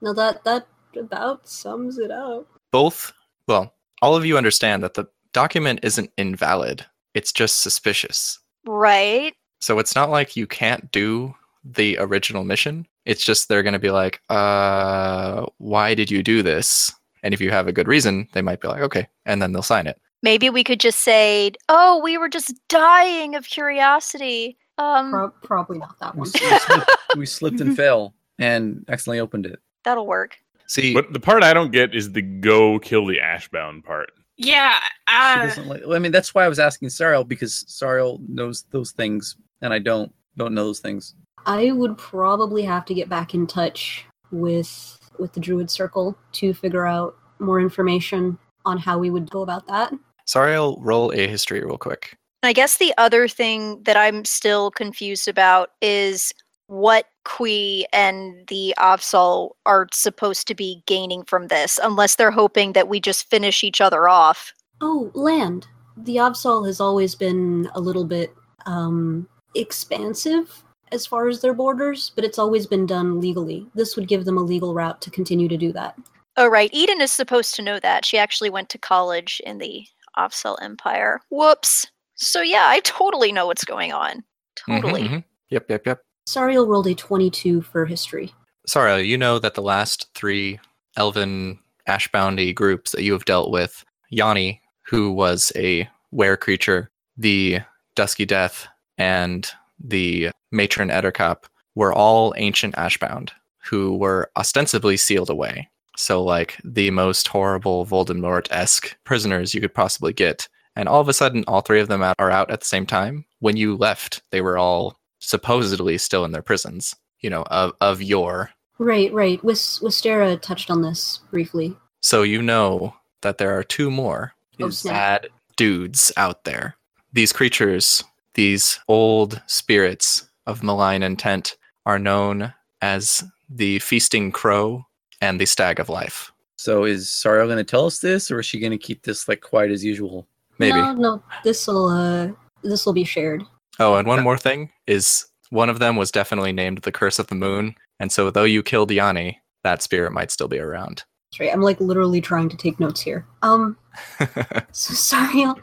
Now that that about sums it up. both well all of you understand that the document isn't invalid it's just suspicious Right. so it's not like you can't do the original mission it's just they're going to be like uh why did you do this and if you have a good reason they might be like okay and then they'll sign it Maybe we could just say, "Oh, we were just dying of curiosity." Um, Pro- probably not that We, one. s- we slipped, we slipped and fell and accidentally opened it. that'll work. see But the part I don't get is the go kill the Ashbound part. Yeah. She Uh, doesn't like, well, I mean, that's why I was asking Sariel because Sariel knows those things, and I don't don't know those things. I would probably have to get back in touch with with the Druid Circle to figure out more information on how we would go about that. sorry i'll roll a history real quick I guess the other thing that I'm still confused about is what Kui and the Avsol are supposed to be gaining from this, unless they're hoping that we just finish each other off. Oh, land. The Absol has always been a little bit um, expansive as far as their borders, but it's always been done legally. This would give them a legal route to continue to do that. Oh, right. Eden is supposed to know that. She actually went to college in the Avsol Empire. Whoops. So, yeah, I totally know what's going on. Mhm, Totally. mhm. yep yep yep Sariel rolled a 22 for history. Sorry, you know that the last three elven ashboundy groups that you have dealt with, Yanni, who was a were creature, the Dusky Death, and the Matron Edercop, were all ancient ashbound who were ostensibly sealed away. So, like the most horrible Voldemort esque prisoners you could possibly get. And all of a sudden, all three of them out- are out at the same time. When you left, they were all supposedly still in their prisons, you know, of, of yore. Right, right. Wis- Wistera touched on this briefly. So you know that there are two more Oh, snap. bad dudes out there. These creatures, these old spirits of malign intent, are known as the Feasting Crow and the Stag of Life. So is Sariel going to tell us this, or is she going to keep this like quiet as usual? Maybe. No, no. This will uh, this will be shared. Oh, and one more thing is one of them was definitely named the Curse of the Moon. And so, though you killed Yanni, that spirit might still be around. That's right. I'm like literally trying to take notes here. Um, so Sariel,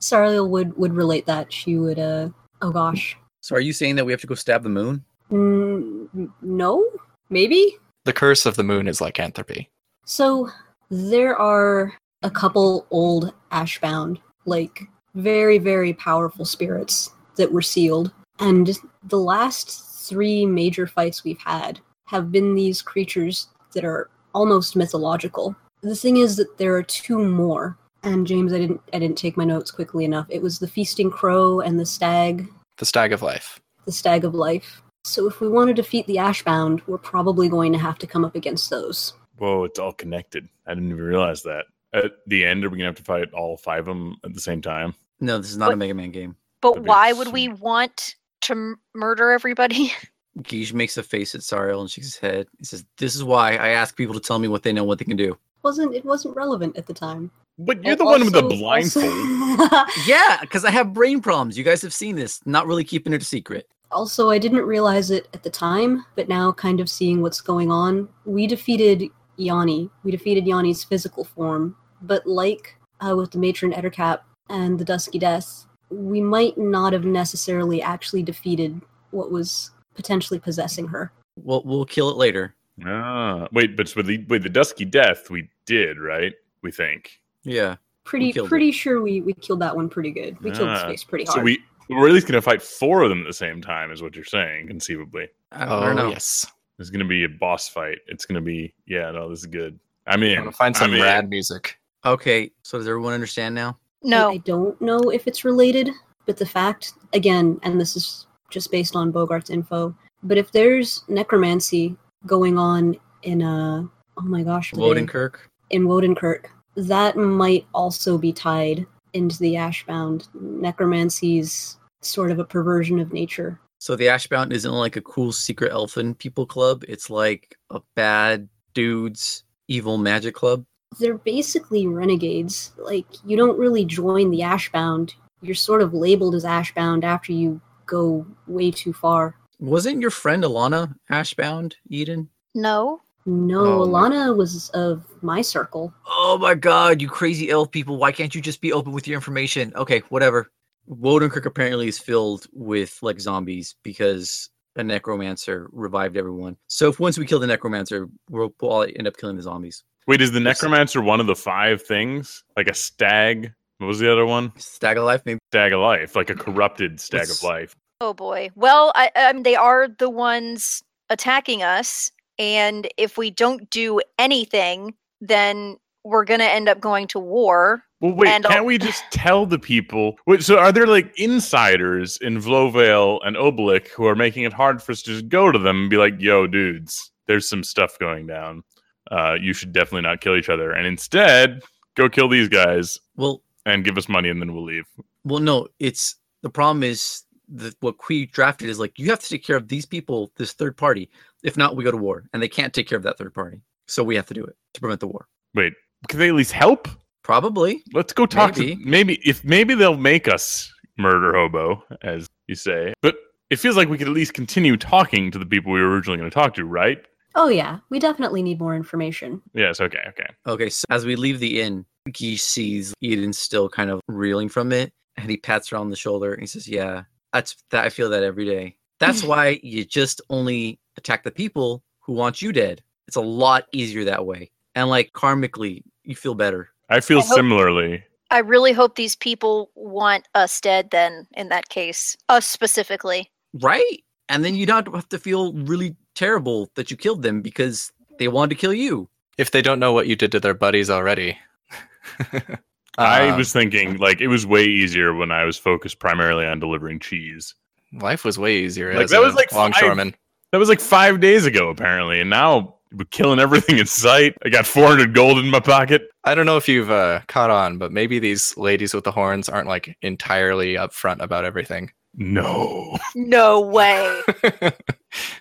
Sariel would would relate that. She would. Uh, oh gosh. So are you saying that we have to go stab the moon? Mm, n- no, maybe. the Curse of the Moon is lycanthropy. So there are a couple old Ashbound, like very, very powerful spirits that were sealed. And the last three major fights we've had have been these creatures that are almost mythological. The thing is that there are two more. And James, I didn't I didn't take my notes quickly enough. It was the feasting crow and the stag, The Stag of Life. the stag of life. So if we want to defeat the Ashbound, we're probably going to have to come up against those. Whoa, it's all connected. I didn't even realize that. At the end, are we gonna have to fight all five of them at the same time? No, this is not a What- Mega Man game. But That'd be why would we sick. want to m- murder everybody? Geesh makes a face at Sariel and shakes his head. He says, "This is why I ask people to tell me what they know, and what they can do." wasn't It wasn't relevant at the time. But you're the one with the Also- also- blindfold. Yeah, because I have brain problems. You guys have seen this. Not really keeping it a secret. Also, I didn't realize it at the time, but now kind of seeing what's going on, we defeated Yanni. We defeated Yanni's physical form, but like uh, with the Matron Ettercap and the Dusky Death, we might not have necessarily actually defeated what was potentially possessing her. We'll we'll kill it later. Ah, wait, but with the with the dusky death, we did right. We think Yeah, Pretty killed pretty sure we, we killed that one pretty good. We killed Ah, Space pretty hard. so. We we're at least gonna fight four of them at the same time, is what you're saying, conceivably. I don't, I don't know. Oh, yes. There's gonna be a boss fight. It's gonna be yeah. No, this is good. I'm I'm in. gonna find some I'm in. rad music. Okay, so does everyone understand now? I- I No. don't know if it's related, but the fact, again, and this is just based on Bogart's info, but if there's necromancy going on in uh oh my gosh, what are they- Wodenkirk. in Wodenkirk, that might also be tied into the Ashbound. Necromancy's sort of a perversion of nature. So the Ashbound isn't like a cool secret elfin people club. It's like a bad dudes evil magic club. They're basically renegades. Like you don't really join the Ashbound. You're sort of labeled as Ashbound after you go way too far. Wasn't your friend Alana Ashbound Eden? No. No, Oh, my- Alana was of my circle. Oh my god, you crazy elf people! Why can't you just be open with your information? Okay, whatever. Wodenkirk apparently is filled with like zombies because a necromancer revived everyone. So if once we kill the necromancer, we'll probably end up killing the zombies. Wait, is the Yes. necromancer one of the five things? Like a stag? What was the other one? Stag alive, maybe. Stag of life, like a corrupted stag What's- of life. Oh boy. Well, I, um, they are the ones attacking us, and if we don't do anything, then we're gonna end up going to war. Well, wait, And can't I'll- we just tell the people? Wait, so are there like insiders in Vlovale and Oblik who are making it hard for us to just go to them and be like, yo, dudes, there's some stuff going down. Uh, you should definitely not kill each other. And instead, go kill these guys Well, and give us money and then we'll leave. Well, no, it's the problem is that what Quee drafted is like you have to take care of these people, this third party. If not, we go to war, and they can't take care of that third party, so we have to do it to prevent the war. Wait, can they at least help? Probably. Let's go talk Maybe. to maybe if maybe they'll make us murder hobo, as you say. But it feels like we could at least continue talking to the people we were originally going to talk to, right? Oh yeah, we definitely need more information. Yes. Okay. Okay. Okay, so as we leave the inn, Guy sees Eden still kind of reeling from it, and he pats her on the shoulder and he says, "Yeah, that's that. I feel that every day. That's why you just only attack the people who want you dead. It's a lot easier that way, and like karmically, you feel better." I feel I hope- similarly. I really hope these people want us dead. Then, in that case, us specifically. Right. And then you don't have to feel really terrible that you killed them because they wanted to kill you. If they don't know what you did to their buddies already. I Um, was thinking like it was way easier when I was focused primarily on delivering cheese. life was way easier Like, as that a was like five- longshoreman. That was like five days ago, apparently, and now we're killing everything in sight. I got 400 gold in my pocket. I don't know if you've uh, caught on, but maybe these ladies with the horns aren't like entirely upfront about everything. No. No way.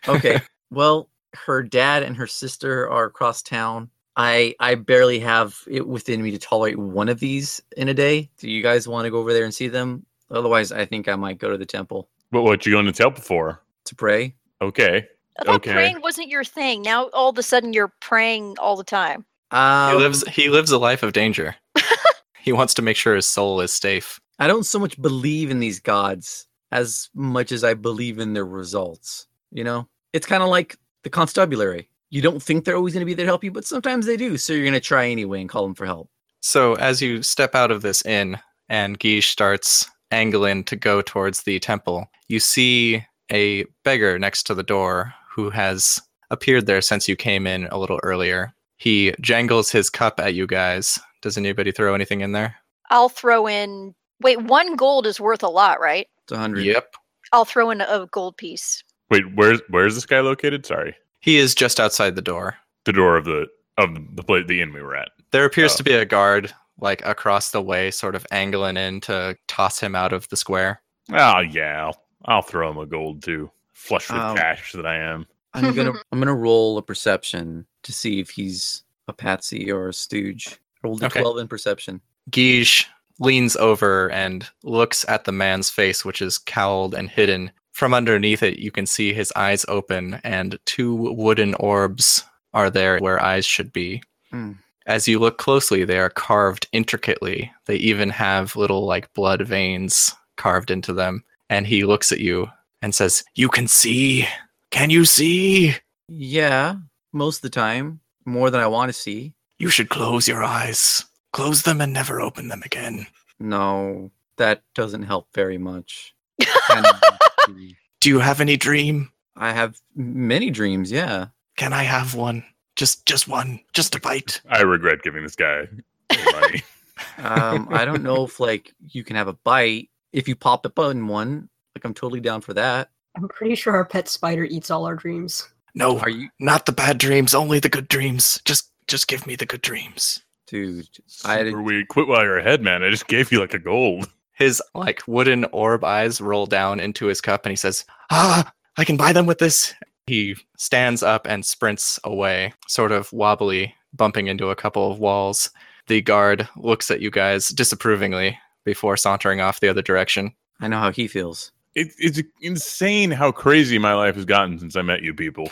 Okay. well, her dad and her sister are across town. I I barely have it within me to tolerate one of these in a day. Do you guys want to go over there and see them? Otherwise, I think I might go to the temple But what you going to temple for? to pray. Okay. I thought Okay. praying wasn't your thing. Now all of a sudden you're praying all the time. Um, he lives he lives a life of danger. he wants to make sure his soul is safe. I don't so much believe in these gods as much as I believe in their results. You know, it's kind of like the constabulary. You don't think they're always going to be there to help you, but sometimes they do. So you're going to try anyway and call them for help. So as you step out of this inn, and Guiche starts angling to go towards the temple. You see a beggar next to the door who has appeared there since you came in a little earlier. He jangles his cup at you guys. Does anybody throw anything in there? I'll throw in. Wait, one gold is worth a lot, right? It's 100. Yep. I'll throw in a gold piece. Wait, where's where's this guy located? Sorry, He is just outside the door. the door of the of the place the inn we were at. There appears Oh. to be a guard like across the way, sort of angling in to toss him out of the square. Oh yeah, I'll, I'll throw him a gold too. Flush with Um, cash that I am. I'm gonna I'm gonna roll a perception to see if he's a patsy or a stooge. Rolled a Okay. 12 in perception. Guige leans over and looks at the man's face, which is cowled and hidden. From underneath it, you can see his eyes open, and two wooden orbs are there where eyes should be. Hmm. As you look closely, they are carved intricately. They even have little, like, blood veins carved into them. And he looks at you and says, You can see. Can you see? Yeah, most of the time, more than I want to see. You should close your eyes. Close them and never open them again. No, that doesn't help very much. And I Do you have any dream? I have many dreams, yeah. Can I have one? Just just one. Just a bite. I regret giving this guy any money. Um, I don't know if like you can have a bite if you pop up on one. Like I'm totally down for that. I'm pretty sure our pet spider eats all our dreams. No, Are you, not the bad dreams, only the good dreams. Just just give me the good dreams. dude? I- Super weird. Quit while you're ahead, man. I just gave you like a gold. His like wooden orb eyes roll down into his cup and he says, "Ah, I can buy them with this." He stands up and sprints away, sort of wobbly, bumping into a couple of walls. The guard looks at you guys disapprovingly before sauntering off the other direction. I know how he feels. It, it's insane how crazy my life has gotten since I met you people.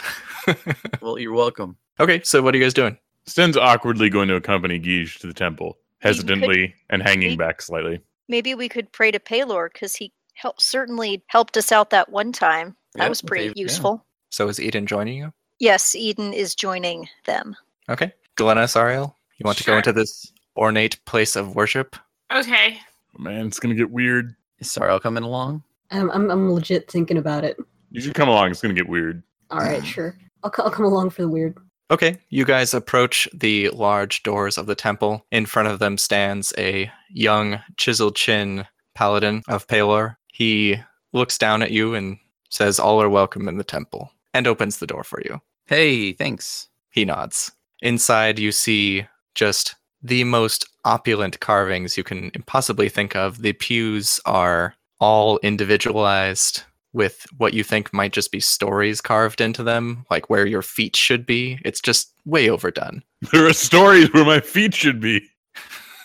Well, you're welcome. Okay, so what are you guys doing? Sten's awkwardly going to accompany Guige to the temple, hesitantly and hanging we- back slightly. Maybe we could pray to Paylor because he helped, certainly helped us out that one time. That Yep, was pretty they- yeah. useful. So is Eden joining you? Yes, Eden is joining them. Okay. Glenna Sariel, you want to go Sure. into this ornate place of worship? Okay. Oh, Man, it's gonna get weird. Is Sorrel coming along? I'm, I'm, I'm legit thinking about it. You should come along. It's gonna get weird. All right, sure. I'll, co- I'll come along for the weird. Okay. You guys approach the large doors of the temple. In front of them stands a young, chiseled chin paladin of Palor. He looks down at you and says, All are welcome in the temple, and opens the door for you. Hey, thanks. He nods. Inside, you see just the most opulent carvings you can possibly think of. The pews are all individualized with what you think might just be stories carved into them, like where your feet should be. It's just way overdone. There are stories where my feet should be.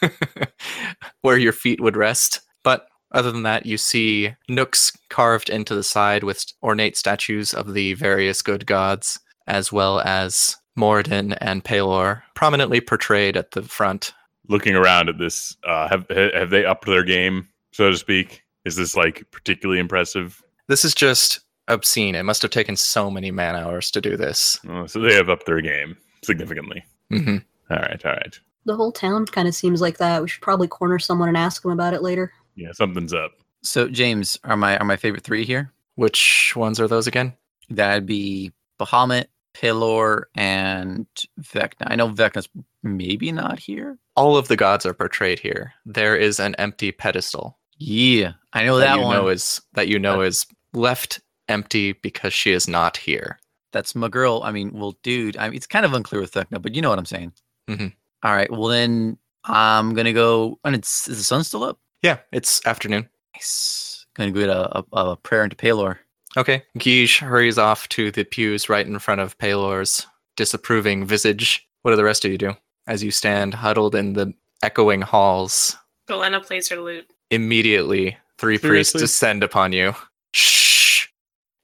where your feet would rest. But other than that, you see nooks carved into the side with ornate statues of the various good gods, as well as Moradin and Palor, prominently portrayed at the front. Looking around at this, uh, have ha- have they upped their game, so to speak? Is this like particularly impressive? This is just obscene. It must have taken so many man hours to do this. Uh, so they have upped their game significantly. hmm All right, all right. The whole town kind of seems like that. We should probably corner someone and ask them about it later. Yeah, something's up. So, James, are my are my favorite three here? Which ones are those again? That'd be Bahamut, Pillor, and Vecna. I know Vecna's maybe not here. All of the gods are portrayed here. There is an empty pedestal Yeah, I know that, that, you one. know is that you know That- is left empty because she is not here. That's my girl. I mean, well, dude, I mean, it's kind of unclear with Vecna, but you know what I'm saying. Mhm. All right. Well, then I'm gonna go. And it's is the sun still up? Yeah, it's afternoon. Nice. Gonna go get a, a, a prayer into Palor. Okay. Guiche hurries off to the pews right in front of Palor's disapproving visage. What do the rest of you do? As you stand huddled in the echoing halls, Galena plays her lute. immediately three priests Seriously? descend upon you. Shh!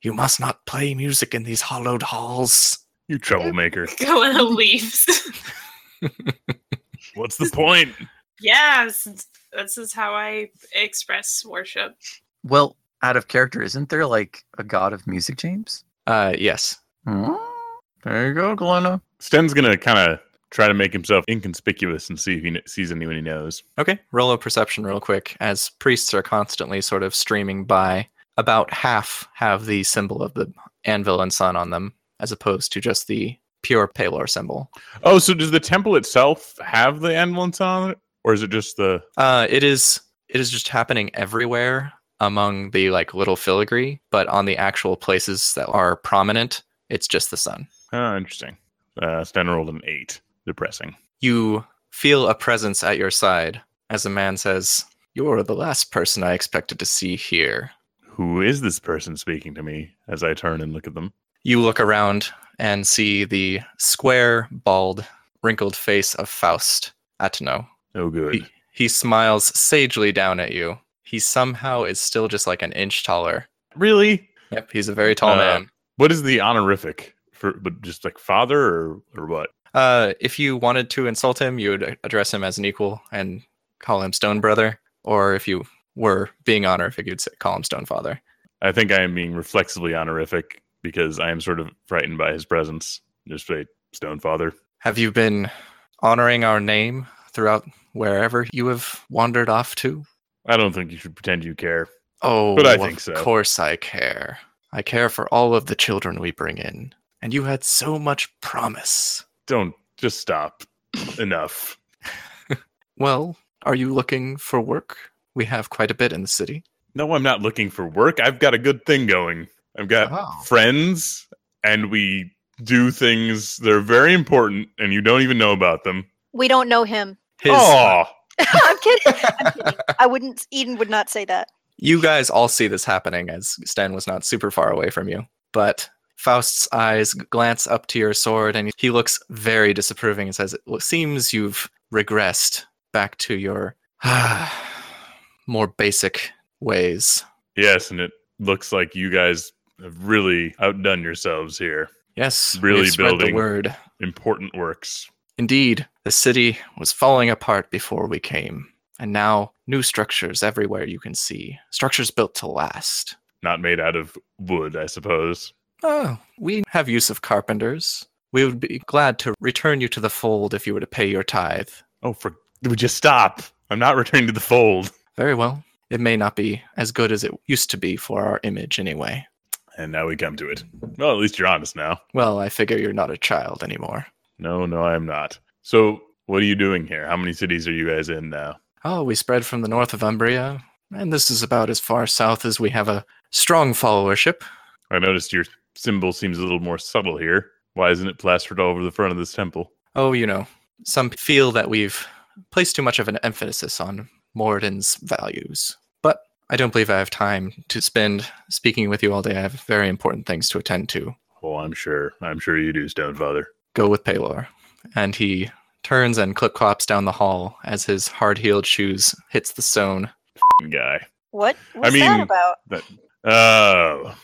You must not play music in these hollowed halls. You troublemaker. Galena leaves. What's the point? yes. This is how I express worship. Well, out of character, isn't there like a god of music, James? Hmm? Uh, yes. There you go, Glenna. Sten's gonna kind of try to make himself inconspicuous and see if he kn- sees anyone he knows. Okay, roll a perception real quick, as priests are constantly sort of streaming by. About half have the symbol of the anvil and sun on them, as opposed to just the pure Palor symbol. Oh, so does the temple itself have the anvil and sun on it, or is it just the? Uh, it is it is just happening everywhere among the like little filigree, but on the actual places that are prominent, it's just the sun. Oh, interesting. Uh, Stan rolled an eight. Depressing. You feel a presence at your side as a man says, "You're the last person I expected to see here." Who is this person speaking to me? As I turn and look at them. You look around and see the square, bald, wrinkled face of Faust Atano. Oh, good. He, he smiles sagely down at you. He somehow is still just like an inch taller. Really? Yep, he's a very tall Uh, man. What is the honorific for? But just like father or or what? Uh, if you wanted to insult him, you would address him as an equal and call him Stone Brother. Or if you were being honorific, you'd say, call him Stone Father. I think I am being reflexively honorific because I am sort of frightened by his presence. Just say stone father. Have you been honoring our name throughout wherever you have wandered off to? I don't think you should pretend you care. Oh, But I of think so. course I care. I care for all of the children we bring in. And you had so much promise. Don't just stop. Enough. Well, are you looking for work? We have quite a bit in the city. No, I'm not looking for work. I've got a good thing going. I've got Oh. friends and we do things that are very important and you don't even know about them. We don't know him. His, Aw. I'm kidding. I'm kidding. I wouldn't. Eden would not say that. You guys all see this happening as Sten was not super far away from you. But Faust's eyes glance up to your sword and he looks very disapproving and says, It lo- seems you've regressed back to your more basic ways. Yes, and it looks like you guys have really outdone yourselves here. Yes, Really we've spread building. the word. Important works. Indeed, the city was falling apart before we came. And now new structures everywhere you can see. Structures built to last. Not made out of wood, I suppose. Oh, we have use of carpenters. We would be glad to return you to the fold if you were to pay your tithe. Oh, for would you stop? I'm not returning to the fold. Very well. It may not be as good as it used to be for our image anyway. And now we come to it. Well, at least you're honest now. Well, I figure you're not a child anymore. No, no, I'm not. So, what are you doing here? How many cities are you guys in now? Oh, we spread from the north of Umbria, and this is about as far south as we have a strong followership. I noticed your symbol seems a little more subtle here. Why isn't it plastered all over the front of this temple? Oh, you know, some feel that we've placed too much of an emphasis on Moradin's values. But I don't believe I have time to spend speaking with you all day. I have very important things to attend to. Oh, I'm sure. I'm sure you do, Stonefather. go with Palor. And he turns and clip clops down the hall as his hard heeled shoes hits the stone. F***ing Guy. What was that mean- about? Oh,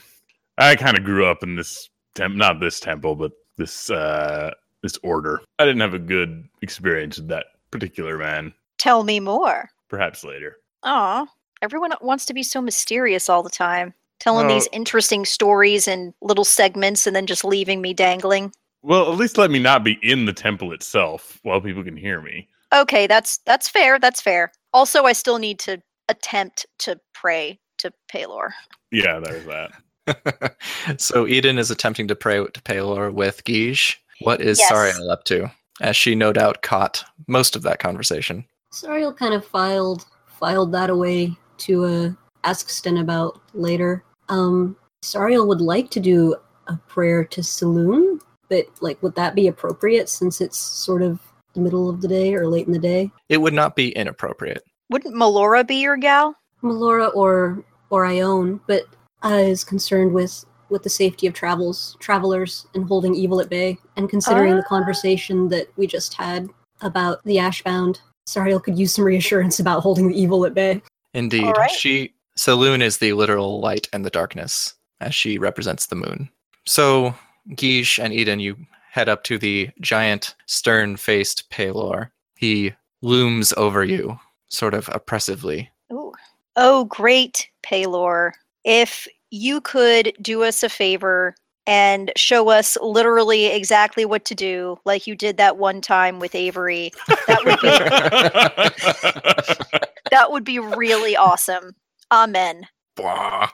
I kind of grew up in this temp, not this temple, but this uh this order. I didn't have a good experience with that particular man. Tell me more. Perhaps later. Aw, everyone wants to be so mysterious all the time, telling Well- these Oh. interesting stories and little segments, and then just leaving me dangling. Well, at least let me not be in the temple itself while people can hear me. Okay, that's that's fair. That's fair. Also, I still need to attempt to pray to Palor. Yeah, there's that. so Eden is attempting to pray to Palor with Guige. What is Yes. Sariel up to? As she no doubt caught most of that conversation. Sariel kind of filed filed that away to uh, ask Sten about later. Um, Sariel would like to do a prayer to Saloon, but like, would that be appropriate since it's sort of the middle of the day or late in the day? It would not be inappropriate. Wouldn't Melora be your gal? Melora or or Ione, but uh, is concerned with with the safety of travels travelers and holding evil at bay. And considering the Ah. conversation that we just had about the Ashbound, Sariel could use some reassurance about holding the evil at bay. Indeed. All right. She Saloon is the literal light and the darkness, as she represents the moon. So Guiche and Eden, you head up to the giant, stern faced Palor. He looms over you, sort of oppressively. Ooh. Oh, great, Palor. If you could do us a favor and show us literally exactly what to do, like you did that one time with Avery, that would be that would be really awesome. Amen. Blah.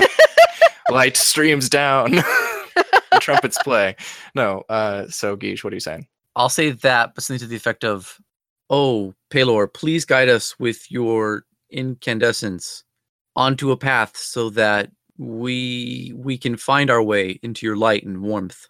Light streams down. The trumpets play. No, uh, so Geesh, what are you saying? I'll say that, but something to the effect of, "Oh, Palor, please guide us with your incandescence onto a path so that we we can find our way into your light and warmth."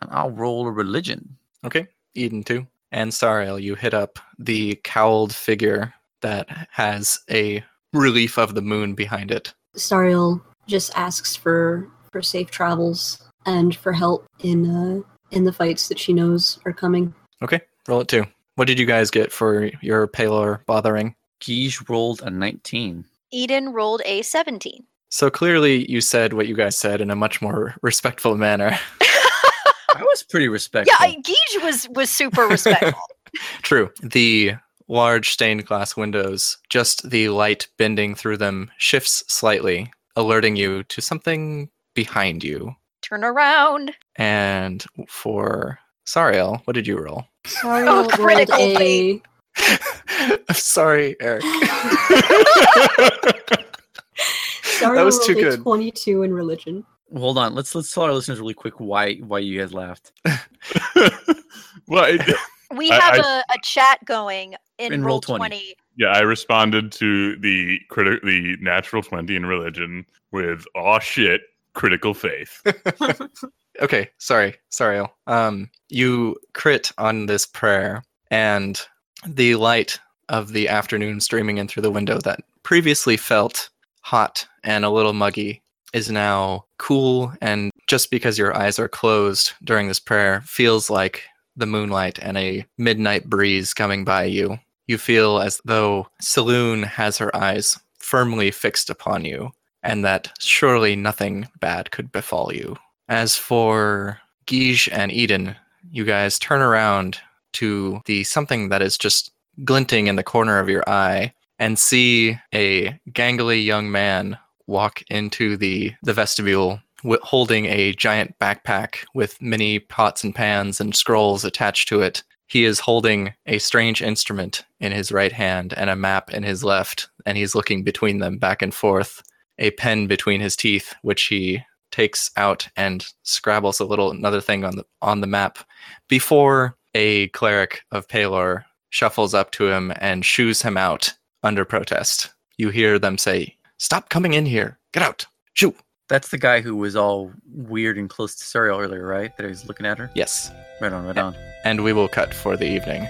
And I'll roll a religion. Okay, Eden too. And Sariel, you hit up the cowled figure that has a relief of the moon behind it. Sariel just asks for for safe travels and for help in uh, in the fights that she knows are coming. Okay, roll it too. What did you guys get for your Palor bothering? Guige rolled a 19. Eden rolled a 17. So clearly, you said what you guys said in a much more respectful manner. I was pretty Yeah, respectful. I, Geege was was super respectful. True. The large stained glass windows, just the light bending through them, shifts slightly, alerting you to something behind you. Turn around. And for Sariel, what did you roll? Sariel Oh, rolled critical a I'm sorry, Eric. Sariel that was too rolled a good. twenty-two in religion. Hold on. Let's let's tell our listeners really quick why why you guys laughed. well, it- We I- have a I- a chat going in, In roll Roll20. 20. yeah, I responded to the criti- the natural twenty in religion with "aw shit, critical faith." okay, sorry, sorry. Al. Um, you crit on this prayer, and the light of the afternoon streaming in through the window that previously felt hot and a little muggy is now cool. And just because your eyes are closed during this prayer, feels like the moonlight and a midnight breeze coming by you. You feel as though Saloon has her eyes firmly fixed upon you, and that surely nothing bad could befall you. As for Guige and Eden, you guys turn around to the something that is just glinting in the corner of your eye and see a gangly young man walk into the, the vestibule wi holding a giant backpack with many pots and pans and scrolls attached to it. He is holding a strange instrument in his right hand and a map in his left, and he's looking between them back and forth, a pen between his teeth, which he takes out and scrabbles a little another thing on the on the map before a cleric of Palor shuffles up to him and shoos him out under protest. You hear them say, "Stop coming in here. Get out." Shoo. That's the guy who was all weird and close to Serial earlier, right? That he was looking at her. Yes. Right on, right Yeah. on. And we will cut for the evening.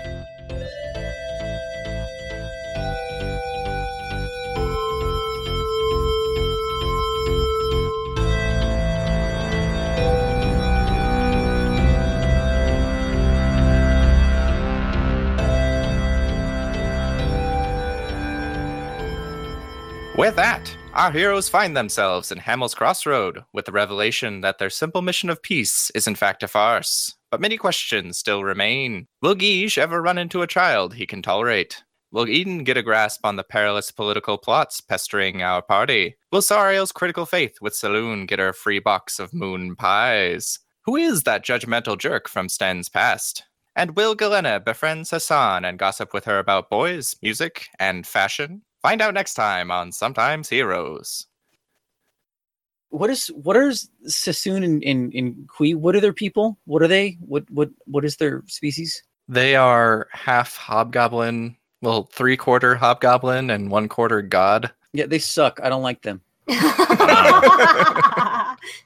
With that, our heroes find themselves in Hamel's Crossroad with the revelation that their simple mission of peace is in fact a farce. But many questions still remain. Will Guige ever run into a child he can tolerate? Will Eden get a grasp on the perilous political plots pestering our party? Will Sariel's critical faith with Saloon get her free box of moon pies? Who is that judgmental jerk from Sten's past? And will Galena befriend Hassan and gossip with her about boys, music, and fashion? Find out next time on Sometimes Heroes. what is what are Sassoon and, and, and Kui? What are their people? What are they? What what what is their species? They are half hobgoblin, well, three quarter hobgoblin and one quarter god. Yeah, they suck. I don't like them.